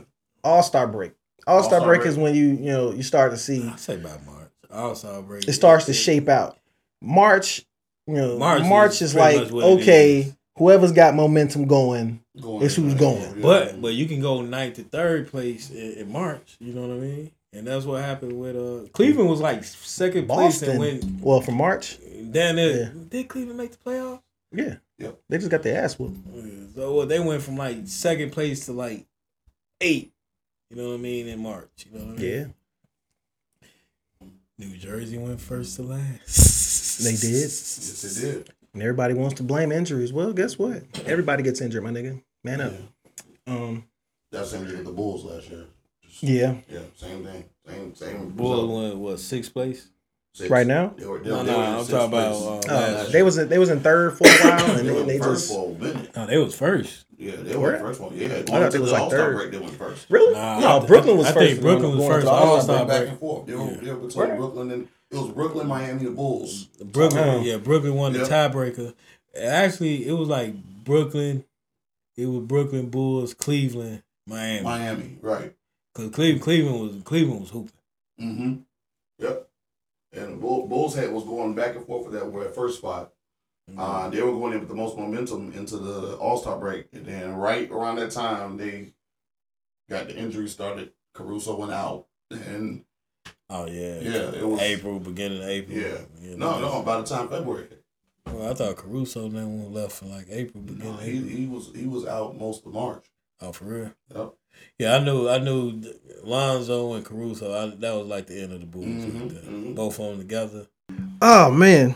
All Star break. All Star All-Star break, break. is when you you know you start to see I say by March. All Star break. it starts to shape out. March, you know, March, March is, is pretty like much what it okay, is. whoever's got momentum going. Going It's who's right. going. Yeah. But but you can go ninth to third place in, in March. You know what I mean? And that's what happened with uh Cleveland was like second Boston, place and well, for March, went down there. Yeah. Did Cleveland make the playoffs? yeah, Yep. they just got their ass whooped. So well, they went from like second place to like eight. You know what I mean? In March. You know what I mean? Yeah, New Jersey went first to last. They did. Yes, they did. and everybody wants to blame injuries. Well, guess what? Everybody gets injured, my nigga. Man up. Um, That same thing with the Bulls last year. yeah, Yeah, same thing. Same, same. Bulls result. went what sixth place? Six. right now. They were, they, No, they no, were in I'm sixth talking place. about, uh, Oh, last they was in, they was in third for a while, and they then went they first just for a minute. No, they was first. Yeah, they were Where? first one. Yeah, I going thought to they was the like All Star third. break, they went first. really Nah, I no. th- Brooklyn was I first. think Brooklyn was first. All All-Star. Star. Back break. and forth. They were, Yeah. they were between Where? Brooklyn and it was Brooklyn, Miami, the Bulls. Brooklyn, Oh. yeah, Brooklyn won the Yep. tiebreaker. Actually, it was like Brooklyn. It was Brooklyn Bulls, Cleveland, Miami. Miami, right? Because Cleveland, Cleveland was Cleveland was hooping. Mm-hmm. Yep. And the Bull, Bulls had was going back and forth for that were at first spot. Uh, they were going in with the most momentum into the All Star break, and then right around that time they got the injury started. Caruso went out, and oh yeah, yeah, it was- April, beginning of April. Yeah. You no, know, no, by the time February, hit. Well, I thought Caruso and them were left for like April, beginning. no, of he, April. he was he was out most of March. oh, for real. Yep. Yeah, I knew, I knew Lonzo and Caruso. I, that was like the end of the Bulls. Mhm, right there. mhm. Both of them together. Oh man.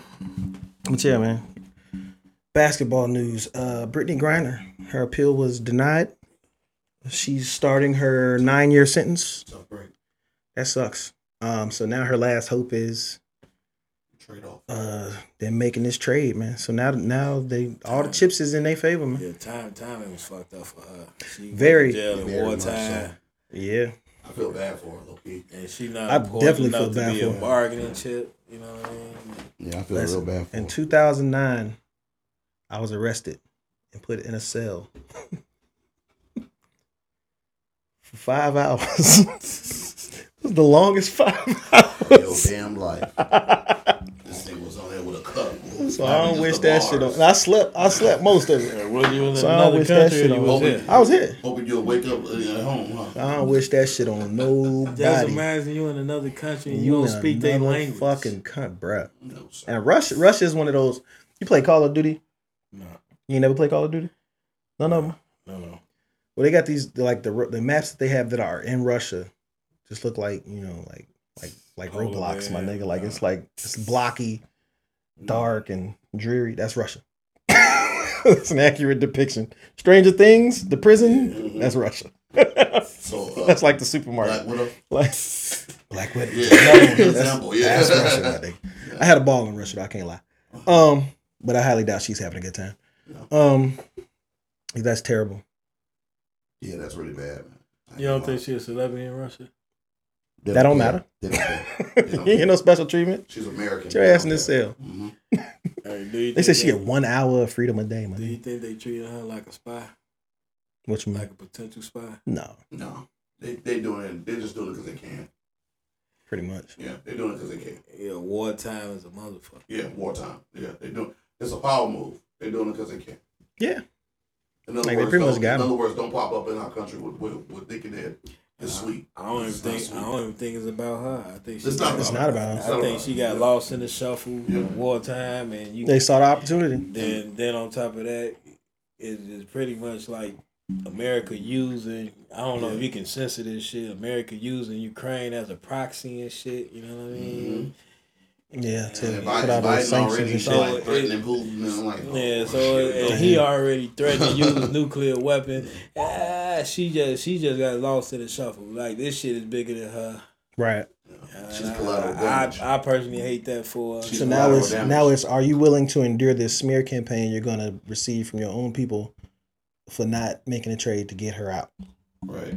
But yeah, man. Basketball news. Uh Brittany Griner, her appeal was denied. She's starting her nine year sentence. Tough break. That sucks. Um, so now her last hope is Trade off. uh them making this trade, man. So now now they all the chips is in their favor, man. Yeah, time timing was fucked up for her. She Very. went to jail Very in much wartime, Yeah. I feel bad for her, low key. and she not I important definitely enough feel to bad be for a her. bargaining chip. You know what I mean? Yeah, I feel real Listen, bad for In her. 2009, I was arrested and put in a cell for five hours. It was the longest five Your hours. damn life. this nigga was on there with a cup. So I don't wish that shit on. And I slept. I slept most of it. Yeah, whether you in So I don't another wish that country, shit or you on. was Open- here. I was here. Hoping you'll wake up uh, at home, huh? I don't wish that shit on Just nobody. imagine you in another country and you, don't in speak their another language. Fucking cunt, bruh. No, sir. And Rush, Rush is one of those. You play Call of Duty. No, You ain't never play Call of Duty. None of them. no, no. Well, they got these like the the maps that they have that are in Russia, just look like you know like like like Oh, Polar Roblox, my bear. nigga. Like it's like it's blocky, Mm. dark, and dreary. That's Russia. It's an accurate depiction. Stranger Things, the prison, that's Russia. that's Mm-hmm. So, uh, like the Black supermarket. Widow. Like Black Widow. Yeah. That's- Example, yeah. that's Russia, my nigga. I had a ball in Russia. Though, I can't lie. Um, but I highly doubt she's having a good time. Um, that's terrible. Yeah, that's really bad. man. I You don't ain't think she a celebrity in Russia? gonna lie. That don't matter. They don't care. you ain't get no special treatment. She's American. Get your ass in this cell. hmm Hey, do you They said think she had one hour of freedom a day, Do you man. think they treating her like a spy, What you mean? like a potential spy? No, No, they they doing it. They're just doing it because they can. pretty much. Yeah, they're doing it because they can. Yeah, wartime is a motherfucker. Yeah, wartime. Yeah, they doing. It's a power move. They're doing it because they can. Yeah. In other Like, they words, pretty much don't- got in 'em. other words, don't pop up in our country with with, with thinking that it's Uh, sweet. I don't even It's not think I sweet. don't even think it's about her. I think she It's not. It's about not it. about it. It's I not think about she it. got Yeah. lost in the shuffle, Yeah. wartime, and you They saw the opportunity. Then, then on top of that, it's, it's pretty much like America using. I don't know if you can censor this shit. America using Ukraine as a proxy and shit. You know what I mean? Yeah, to And put Biden, out those Biden sanctions already and shit. So like it- threatening Putin. And I'm like, Mm-hmm. oh, Yeah. So shit, and no. he already threatened to use nuclear weapon. Ah, she just she just got lost in the shuffle. Like this shit is bigger than her. Right. And She's I- collateral uh, I, damage. I, I personally hate that for. her. She's So now collateral it's damage. now it's are you willing to endure this smear campaign you're gonna receive from your own people for not making a trade to get her out? right.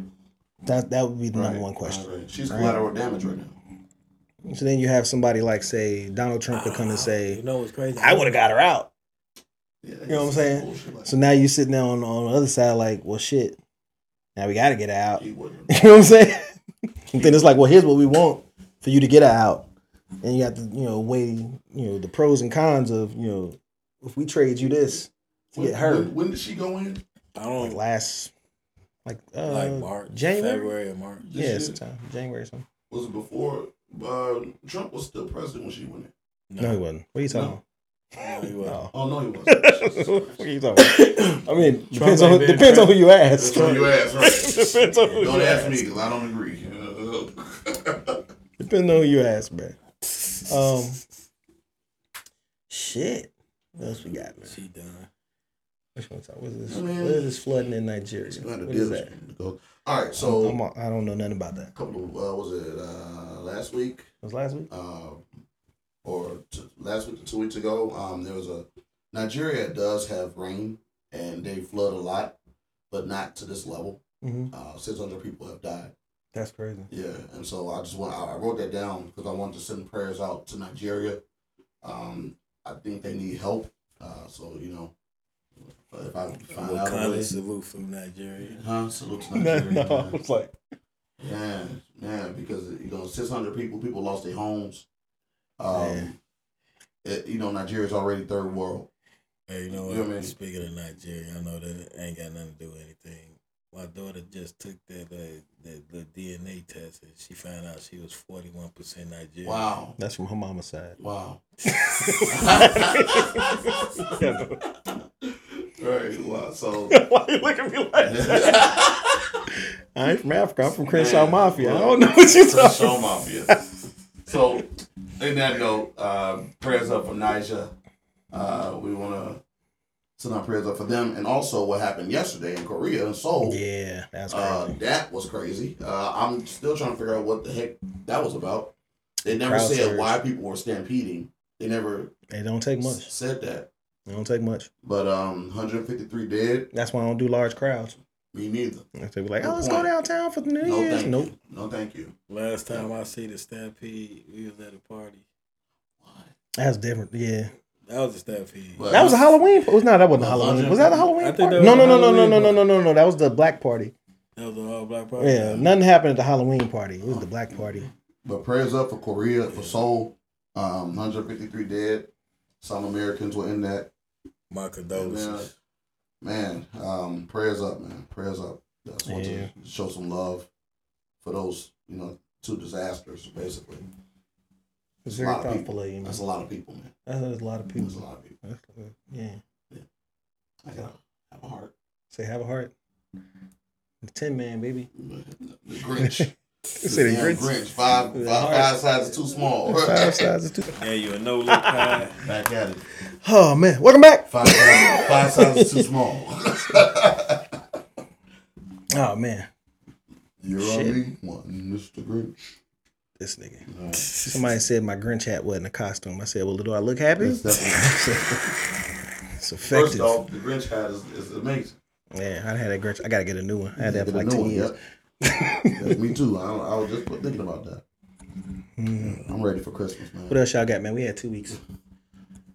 That that would be the right, number one question. right. She's collateral damage right now. So then you have somebody like say Donald Trump to come and Ah, You say, know what's crazy? I would have got her out. Yeah, know what I'm it's saying? bullshit like So now you sitting there on, on the other side like, well shit. Now we gotta get her out. that. He wouldn't. You know what I'm saying? And then it's like, well, here's what we want for you to get her out, and you have to, you know, weigh, you know, the pros and cons of, you know, if we trade you this to When, get her, when, when did she go in? I don't like like, last, like, uh, March, January, February, or March. This yeah, year? sometime January, or something. was it before uh, Trump was still president when she went in? No, he wasn't. What are you talking no, he wasn't. about? Oh no, he wasn't. Jesus Christ. Oh. what are you talking about? I mean, depends on ain't who, been depends on who you That's ask. what you asked, right? depends on who Don't you ask ask. me because I don't agree. Uh, Depending on who you ask, man. Um, shit. What else we got, man? She done. Which one's that? What is this? I mean- what is this flooding in Nigeria? What is that? All right, So so I'm, I'm, I do not know nothing about that. a couple of uh, was it uh, last week It was last week. um, or t- last week or two weeks ago? Um, there was a Nigeria does have rain and they flood a lot, but not to this level. Mm-hmm. Uh, Six hundred people have died. That's crazy. Yeah, and so I just want I I wrote that down because I wanted to send prayers out to Nigeria. Um, I think they need help. Uh, so you know, if I can find What out, kind a way, of salute from Nigeria? huh? Salute to no, Nigeria. no, I man. was like, man, man, because you know, six hundred people, people lost their homes. Um, Man. it, you know, Nigeria's already third world. Hey, you know You know what I what? mean? Speaking of Nigeria, I know that it ain't got nothing to do with anything. My daughter just took that uh, that the DNA test and she found out she was forty one percent Nigerian. Wow, that's from her mama's side. wow. Why Right, wow. So. you look at me like that? I ain't from Africa. I'm from Crenshaw Man, Mafia. I look. don't know what you're Crenshaw talking about. Mafia. So, in that note, uh, prayers up for Nigel. Uh, we want to Send our prayers up for them. And also what happened yesterday in Korea and Seoul. Yeah, that's crazy. Uh, that was crazy. Uh, I'm still trying to figure out what the heck that was about. They never Crowd said surge. why people were stampeding. They never it don't take s- much. said that. It don't take much. But um, 153 dead. That's why I don't do large crowds. Me neither. If they be like, Good oh, let's point. go downtown for the New No Year's. thank Nope. you. No thank you. Last time I see the Stampede, we was at a party. That's different. Yeah. That was a Stampede. But- That was a Halloween. Was no, that wasn't a Halloween. Was that the I Halloween think party? that was No, a no, no, no, no, Halloween no, no, party. no, no, no. That was the black party. That was an all black party. Yeah, nothing happened at the Halloween party. It was the black party. But prayers up for Korea, for Seoul. Um, 153 dead. Some Americans were in that. My And, uh, condolences. man, um, prayers up, man. Prayers up. I just want Yeah. to show some love for those, you know, two disasters, basically. It's a very lot of people. thoughtful of you. man. That's a lot of people, man. That's a lot of That's a people. lot of people. That's- Yeah. I gotta have a heart. Say, have a heart. The Tin Man, baby. The Grinch. Say the Damn Grinch. Five, The five, heart. five sizes too small. Five sizes too. Yeah, you a no look pie. Back at it. Oh man, welcome back. Five, sizes- five sizes too small. Oh man, You're Shit. on me, one, Mr. Grinch. this nigga. Alright. Somebody said my Grinch hat wasn't a costume. I said, well, do I look happy? That's definitely- It's First effective. off, the Grinch hat is, is amazing. yeah, I had that Grinch. I gotta get a new one. I had that for Get a like new ten one, years. yep. Yeah, me too. I, I was just thinking about that. I'm ready for Christmas, man. Mm-hmm. What else y'all got, man? We had two weeks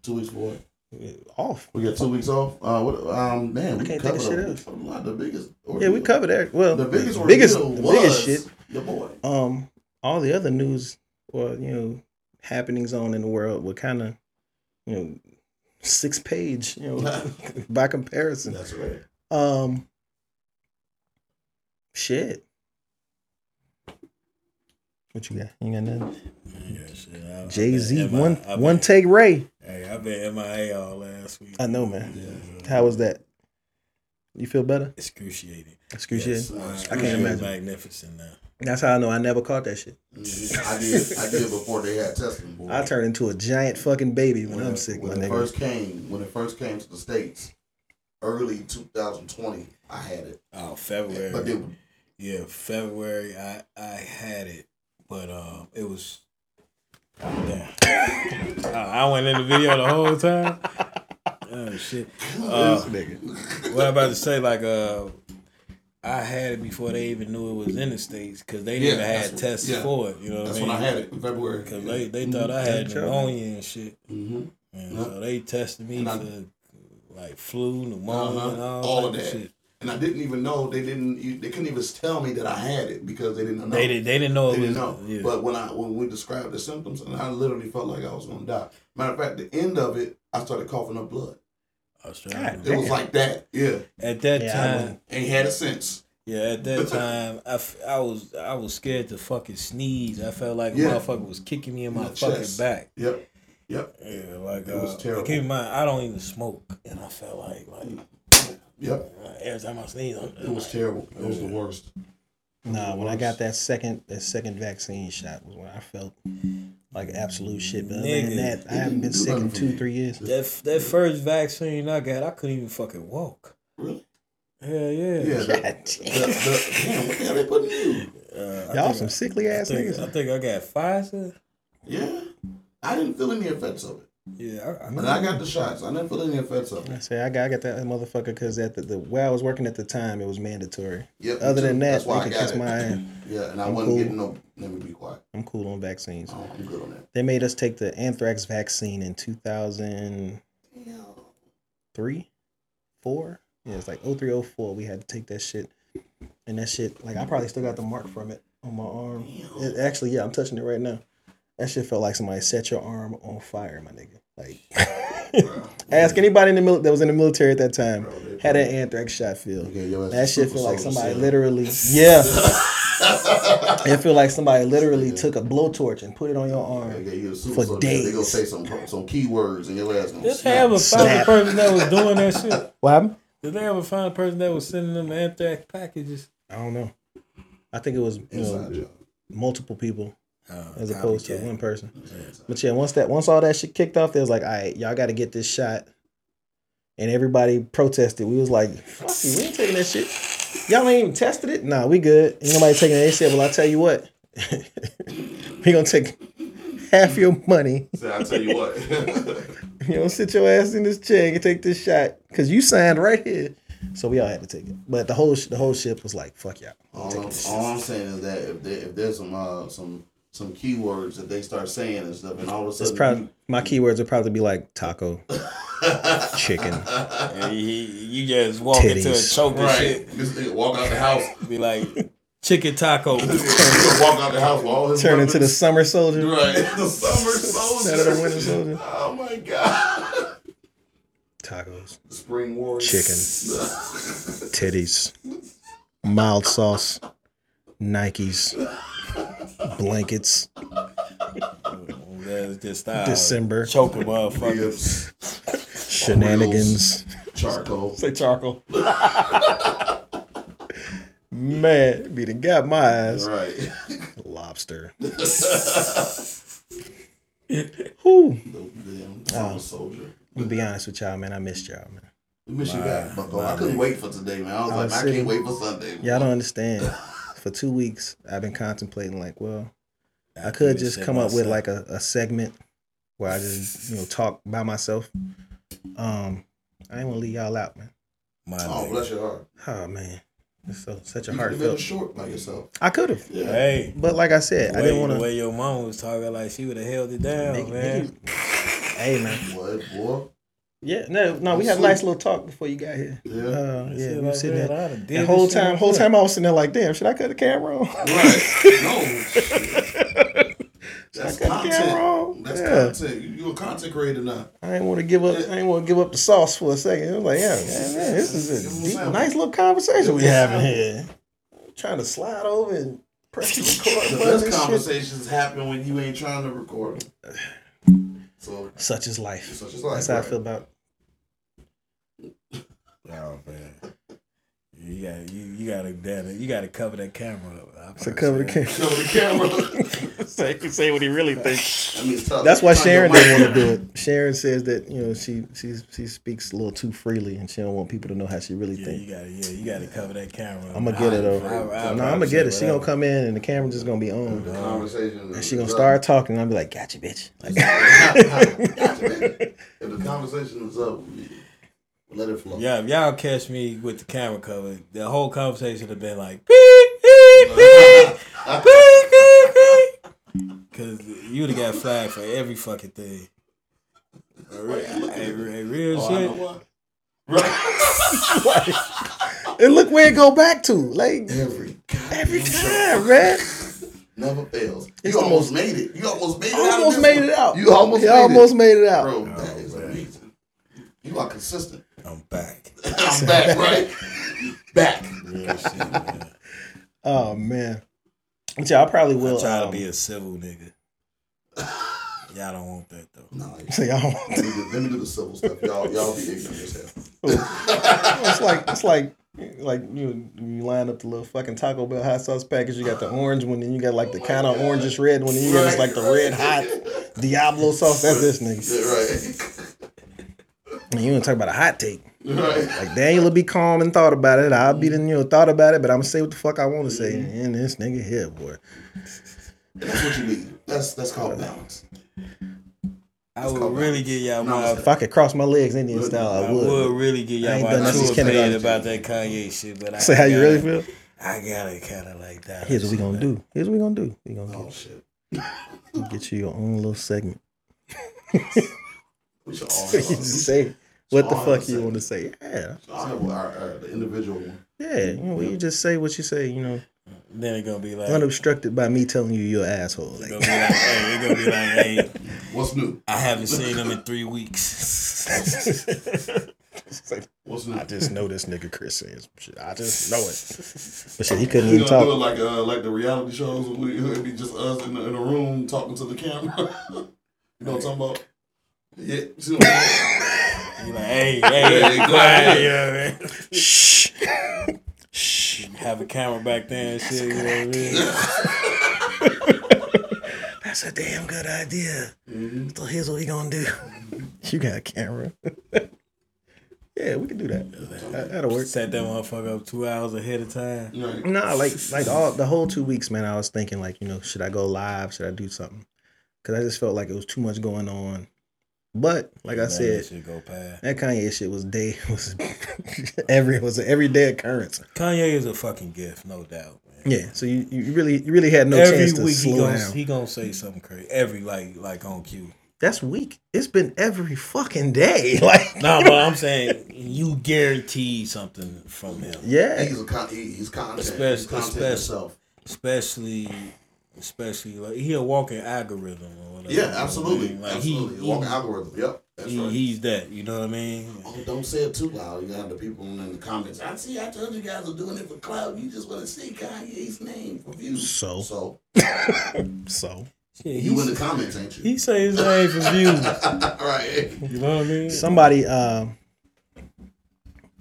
Two weeks for it. off. We got two weeks off. Uh, what, um, man, we can't covered think of a, shit a lot. The biggest. Yeah, we ordeal. covered that. Well, The biggest. biggest, ordeal the was biggest shit. Your boy. Um, all the other news, well, you know, happenings on in the world were kind of, you know, six page, you know, by comparison. That's right. Um. Shit. What you got? You got nothing? Yeah, shit, I- I've Jay Z been MIA. one I've been- one take Ray. Hey, I've been MIA all last week. I know, man. Yeah. How was that? You feel better? Excruciating. Excruciating. Yes, uh, I can't imagine. Magnificent now. That's how I know I never caught that shit. Mhm. I did. I did before they had testing. Boy. I turned into a giant fucking baby when, When I'm it- sick, my When it nigga. first came, when it first came to the states, early 2020, I had it. Oh, February. But then yeah, February. I I had it, but um, it was. Yeah. I- I went in the video the whole time. Oh shit. Uh, what I'm about to say, like uh, I had it before they even knew it was in the states because they didn't Yeah, even that's have what- tests yeah. for it. You know what That's I mean? when I had it in February. Cause they, they thought I had pneumonia and shit, hmm and Yep. so they tested me And I- for like flu, pneumonia, Uh-huh. and all, All of type that. Shit. And I didn't even know they didn't. you- They couldn't even tell me that I had it because they didn't know. They didn't they didn't know They it was. didn't know. Yeah. But when I when we described the symptoms, and I literally felt like I was gonna die. Matter of fact, the end of it, I started coughing up blood. I was trying It to- was like that. Yeah, at that Yeah, I time, wouldn't. ain't had it since. Yeah, at that time, I, f- I was I was scared to fucking sneeze. I felt like Yeah. a motherfucker was kicking me in In my the fucking chest. back. Yep, yep, Yeah, like It was uh, terrible. Keep in mind, I don't even smoke, and I felt like like yep. every time I sneeze, I'm It was like, terrible. It was the worst. Nah, when I Worse. got that second that second vaccine shot was when I felt like absolute shit. But other than Nigga, that, I it didn't haven't been do sick in nothing for two, me. three years. that f- that first vaccine I got, I couldn't even fucking walk. Really? Hell yeah, Yeah. The, God the, damn. the, damn, what the hell they putting you? Uh, I Y'all think- some sickly I ass think, I niggas. think I got Pfizer. Yeah, I didn't feel any effects of it. Yeah, I, I, And I got the shots. I didn't feel any effects of I it. say I got I got that motherfucker because at the, the where I was working at the time it was mandatory. Yep, me Other too. than that, that's they why I could got kiss it. my ass. Yeah, and I I'm wasn't cool. getting no. Let me be quiet. I'm cool on vaccines. Oh, I'm good on that. They made us take the anthrax vaccine in 2003, four. Yeah, it's like 03, 04. We had to take that shit, and that shit like I probably still got the mark from it on my arm. It, actually, yeah, I'm touching it right now. That shit felt like somebody set your arm on fire, my nigga. Like, ask anybody in the mil- that was in the military at that time had an anthrax shot feel. Yeah, yo, that's That shit super feel like soldier somebody serum. literally, yeah. it feel like somebody literally took a blowtorch and put it on your Yeah, arm. yeah, you a super For soldier. They gonna days. say some some keywords and your ass gonna did they snap. ever find a Snap. person that was doing that shit? What happened? Did they ever find a person that was sending them anthrax packages? I don't know. I think it was you know, Inside job. multiple people Uh, as opposed to copycat. one person. Inside job. But yeah, once that once all that shit kicked off, they was like, all right, y'all got to get this shot. and everybody protested. We was like, "Fuck you, we ain't taking that shit. Y'all ain't even tested it. Nah, we good. Ain't nobody taking it." They said, "Well, I tell you what, we gonna take half your money. So I tell you what. You don't sit your ass in this chair and take this shot because you signed right here." So we all had to take it, but the whole sh- the whole ship was like, "Fuck y'all." We all, taking I'm, this shit." all I'm saying is that if, there, if there's some uh, some some keywords that they start saying and stuff, and all of a It's sudden probably my keywords would probably be like taco, chicken. And he, you just walk into a Titties. you- choke and right, shit. this nigga walk out the house, Be like chicken taco. walk out the house with all his Turn into the weapons. summer soldier. right the summer soldier, Saturday winter soldier. Oh my god, Tacos, spring warrior, chicken, titties, mild sauce, Nikes, blankets, That's just style. December, Choke a motherfucker. Ribs, shenanigans. charcoal. Say charcoal. Man, beat it got my ass. Right, Lobster. Whew. the damn Oh. summer soldier. I'm gonna be honest with y'all, man. I missed y'all, man. We miss you back, Bucko. I couldn't wait for today, man. I was I like, was man, I sitting- can't wait for Sunday. Y'all don't understand. For two weeks, I've been contemplating like, well, I could just come up with like a, a segment where I just you know talk by myself. Um, I ain't want to leave y'all out, man. My Oh, nigga. bless your heart. Oh man, it's so such a You could have been heartfelt. short by yourself. I could have, Hey, but like I said, the I way, didn't want the to. way your mom was talking, like she would have held it down, man. Hey man, What, boy? yeah, no, no, we had a nice little talk before you got here. Yeah. Uh, She yeah, we like, were sitting man, there. I done did The this whole shit time, whole before. time I was sitting there like, damn, should I cut the camera off? Right. No. shit. That's Like a camera. content. That's Yeah. content. You, you a content creator now. I didn't want to give up. I didn't want to give up the sauce for a second. I was like, yeah, man, man, this Give is a 'em deep, sample. nice little conversation we having here. trying to slide over and press the The record best button. and shit. conversations happen when you ain't trying to record 'em. So, Such is life. such is life. That's how I right? feel about. Oh man, you got you, you got to damn it, you got to cover that camera up. I To cover the camera. Show the camera. so he can say what he really thinks. I mean, it's tough. That's why Find your Sharon didn't mic. want to do it. Sharon says that you know she she she speaks a little too freely, and she don't want people to know how she really Yeah, thinks. you got to yeah, you got to cover that camera. I'm gonna get it though. I- I- I no, I'm gonna probably get say it. She gonna whatever. come in, and the camera just gonna be on. The conversation. And is- she gonna is up. start talking, and I'll be like, "Gotcha, bitch." Like, if the conversation is up, let it flow. Yeah, if y'all catch me with the camera covered, the whole conversation have been like beep beep beep beep beep beep, because you'd have got flagged for every fucking thing. Real, real Oh, I know shit. why. Right. and look where it go back to. Like Every every goddamn time, man. show never fails. It's you the almost made it. You almost made it. out of Almost this one. made it You almost out. He made almost made it out. Bro, that is Oh, man. amazing. You are consistent. I'm back. I'm back, right? Back. Real shit. Man. Oh man. Which I probably will. I try to be um, a civil nigga. Y'all don't want that though. No, you- so y'all- let me do- let me do the civil stuff. Y'all, y'all be ignorant as hell. it's like it's like like you you line up the little fucking Taco Bell hot sauce package. You got the orange one, then you got like the kind Oh of orangish red one, and you got just like the red hot Diablo sauce. That's this nigga. Yeah, And you want to talk about a hot take? Right. Right. Like Daniel will be calm and thought about it. I'll be the you know thought about it, but I'm gonna say what the fuck I want to say. Mm-hmm. And this nigga here, boy. That's what you need. That's that's called balance. I would called really give y'all No, my. If I could cross my legs Indian style, I I would. would really give I y'all ain't my done that since true opinion kindergarten. about that Kanye shit, but I Say how you gotta- really feel. I got it kind of like that. Here's what we gonna do. Here's what we gonna do. We gonna Oh get, shit. get you your own little segment. We should all you have, just say what the Oh. All fuck you segment. want to say. Yeah, all have our, our, the individual one. yeah. You, know, you just say what you say. You know, Then it's gonna be like, it's unobstructed by me telling you you're an asshole. gonna Like, be like, hey, it's gonna be like, hey, What's new? I haven't seen him in three weeks. What's new? I just know this nigga Chris saying some shit. I just know it. But shit, he we couldn't gonna even do it talk. like uh, like the reality shows. where We it'd be just us in the, in the room talking to the camera. you know what I'm talking about? Yeah. See what I'm saying? You like, hey, hey, Yeah, quiet, go you know what I mean? Shh. Shh. Have a camera back there and shit. You know what I mean? That's a damn good Mm-hmm. idea. So here's what we gonna do. You got a camera. Yeah, we can do that. That- That'll work. Set that motherfucker up two hours ahead of time. Right. Nah, like like all the whole two weeks, man. I was thinking like, you know, should I go live? Should I do something? Because I just felt like it was too much going on. But like I Man, said, that shit go past. that Kanye shit was day was every was an everyday occurrence. Kanye is a fucking gift, no doubt. Man. Yeah, so you, you really you really had no Every chance to week he slow gonna, down. he gonna say something crazy. Every like like on cue. That's weak. It's been every fucking day. Like No, but I'm saying you guarantee something from him, yeah, He's a con- he, he's content. Especially- he's content especially- himself. especially especially like he a walking algorithm or whatever. Yeah, absolutely, You know what I mean? absolutely. He, Walking he- algorithm. Yep, that's he- right. he's that. You know what I mean? Oh, don't say it too loud. You have the people in the comments. I see. I told you guys are doing it for clout. You just want to see Kanye's name for views. So? so so Yeah, you in he, the comments, ain't you? he say his name for views. All right. You know what I mean? somebody uh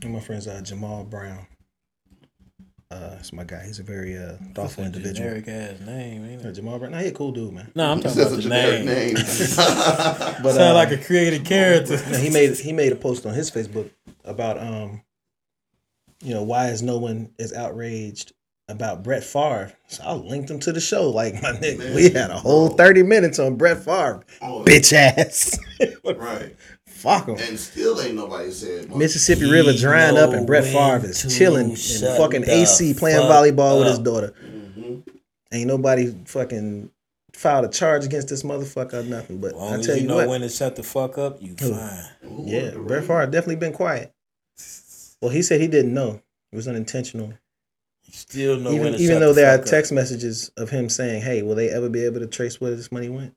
one of my friends uh Jamal Brown. Uh it's my guy. He's a very uh That's thoughtful a individual. Generic ass name, ain't Yeah, it? Jamal Brown. Nah, he a cool dude, man. No, I'm talking That's about a the generic name. name. But Sound uh, like a created character. now, he made he made a post on his Facebook about um, you know, why is no one is outraged about Brett Favre? So I linked him to the show. Like my nigga, Man, we had a whole bro. thirty minutes on Brett Favre, Oh, bitch ass. Right. Fuck him. And still ain't nobody said. much. Mississippi He River drying up, know and Brett when Favre to is chilling in shut fucking the AC playing fuck volleyball with his up. daughter. Mhm. Ain't nobody fucking filed a charge against this motherfucker or nothing. But As long I as tell you, you know what, when to shut the fuck up, you Who? fine. Ooh, Yeah, the Brett ring. Favre definitely been quiet. Well, he said he didn't know. It was unintentional. You still know when even to even shut though the there are fuck text messages of him saying, "Hey, will they ever be able to trace where this money went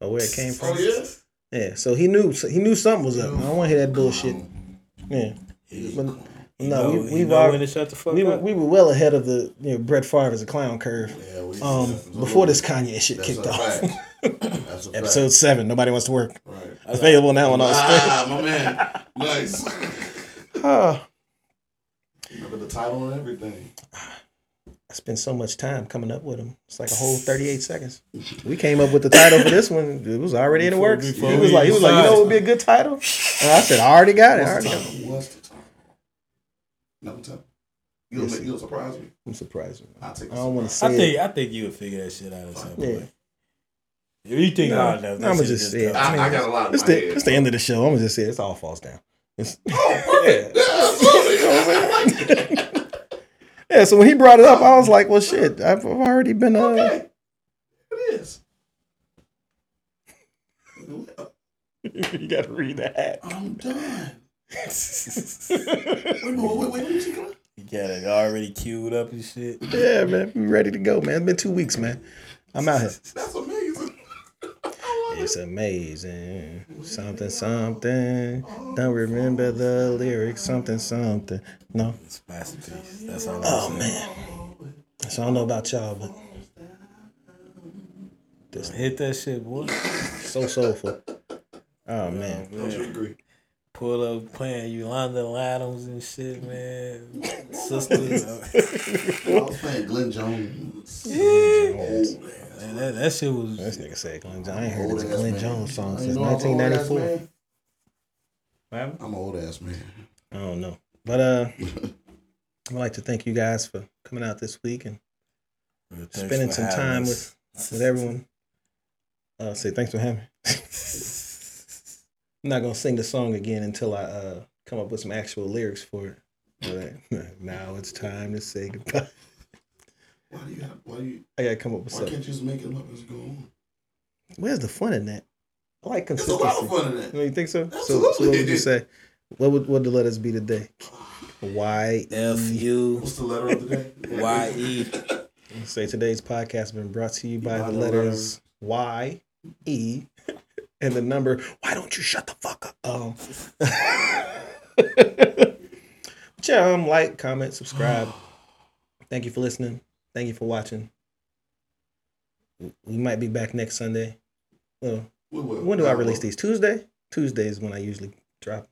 or where it came Oh from?" yeah. Yeah, so he knew so he knew something was up. I don't want to hear that bullshit. Um, Yeah, He's But- calm. up. You no, know, we, you we've know when already, to shut the fuck we were, up. we were well ahead of the you know Brett Favre as a clown curve. Yeah, we- Um, that's a before this fact. Kanye shit That's kicked a off. fact. That's a fact. Episode seven. Nobody wants to work. Right. Available now on all. Ah, my man. Nice. Ah, Remember the title and everything. I spent so much time coming up with him. It's like a whole thirty-eight seconds. We came up with the title for this one. It was already in the Before- works. He before was we like, he was like, you know, what would be a good title. And I said, I already got it. I What's already the got it. title? What's the title? Never tell. You gonna, make, you gonna surprise me? I'm surprised. I'll take. I don't want to I say. it. think I think you would figure that shit out at some Yeah. point. If you think No, hard enough, no, that I'ma shit just just say it. come. I, I got a lot. in It's my the, head. it's the end of the show. I'm gonna just say it's all falls down. It's- Oh, yeah. perfect. Yeah, I like it. yeah. So when he brought it up, I was like, "Well, shit, I've, I've already been uh, Okay. It is. you gotta read that. I'm done. yeah, Wait, wait, wait, wait. Let me see. Come on. You got it already queued up and shit. man, we ready to go, man. It's been two weeks, man. I'm out here. That's amazing. I love it. It's amazing, something, something. Don't remember the lyrics, something, something. No, It's a masterpiece. That's all. oh I'm saying. man. So I don't know about y'all, but hit that shit, boy. so soulful. Oh man, Don't you agree? Pull up playing Yolanda Adams and shit, man. Sisters, I was playing Glenn Jones. Old ass. man, that, that shit was. this nigga said Glenn. Jones. I ain't heard Old this ass Glenn man. Jones song You since know I'm an old ass 1994. man? I I'm an old ass man. don't know, but uh, I'd like to thank you guys for coming out this week and Thanks spending for some having time us. with with everyone. Uh, say thanks for having. me. I'm not gonna sing the song again until I uh come up with some actual lyrics for it. But now it's time to say goodbye. Why do you have, why do you I gotta come up with why can't something. you just make it up as you go on? Where's the fun in that? I like It's a lot of consistency. fun in You that. know, you think so? So, so what Absolutely. would you say? What would what the letters be today? Why F Mm. U What's the letter of the day? Y E. Say today's podcast has been brought to you by By the the letters Y, E, and the number. Why don't you shut the fuck up? Um, but yeah, um, like, comment, subscribe. Thank you for listening. Thank you for watching. We might be back next Sunday. Well, We will. when do I We release will. these? Tuesday. Tuesday is when I usually drop.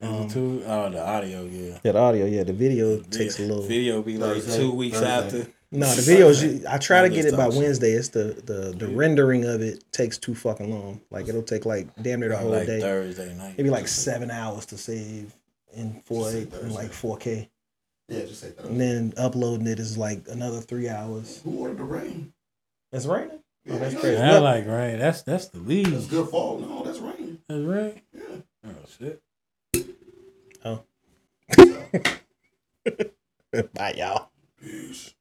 'em. Um, Two. Oh, the audio, yeah. Yeah, the audio. Yeah, the video takes a Yeah, little. Video be like Thursday, two weeks Thursday. after. No, the videos. You, I try to get it by Thursday. Wednesday. It's the the the rendering of it takes too fucking long. Like it'll take like damn near the Probably whole like day. Thursday night. Maybe like seven hours to save. in four Just say eight in Thursday. like four K, Yeah, just say that. and then uploading it is like another three hours. Who ordered the rain? It's raining. Yeah, Oh, that's yeah. crazy. I like right. That's that's the lead. That's good fall. No, that's rain. That's right. Yeah. Oh shit. Bye, y'all. Peace.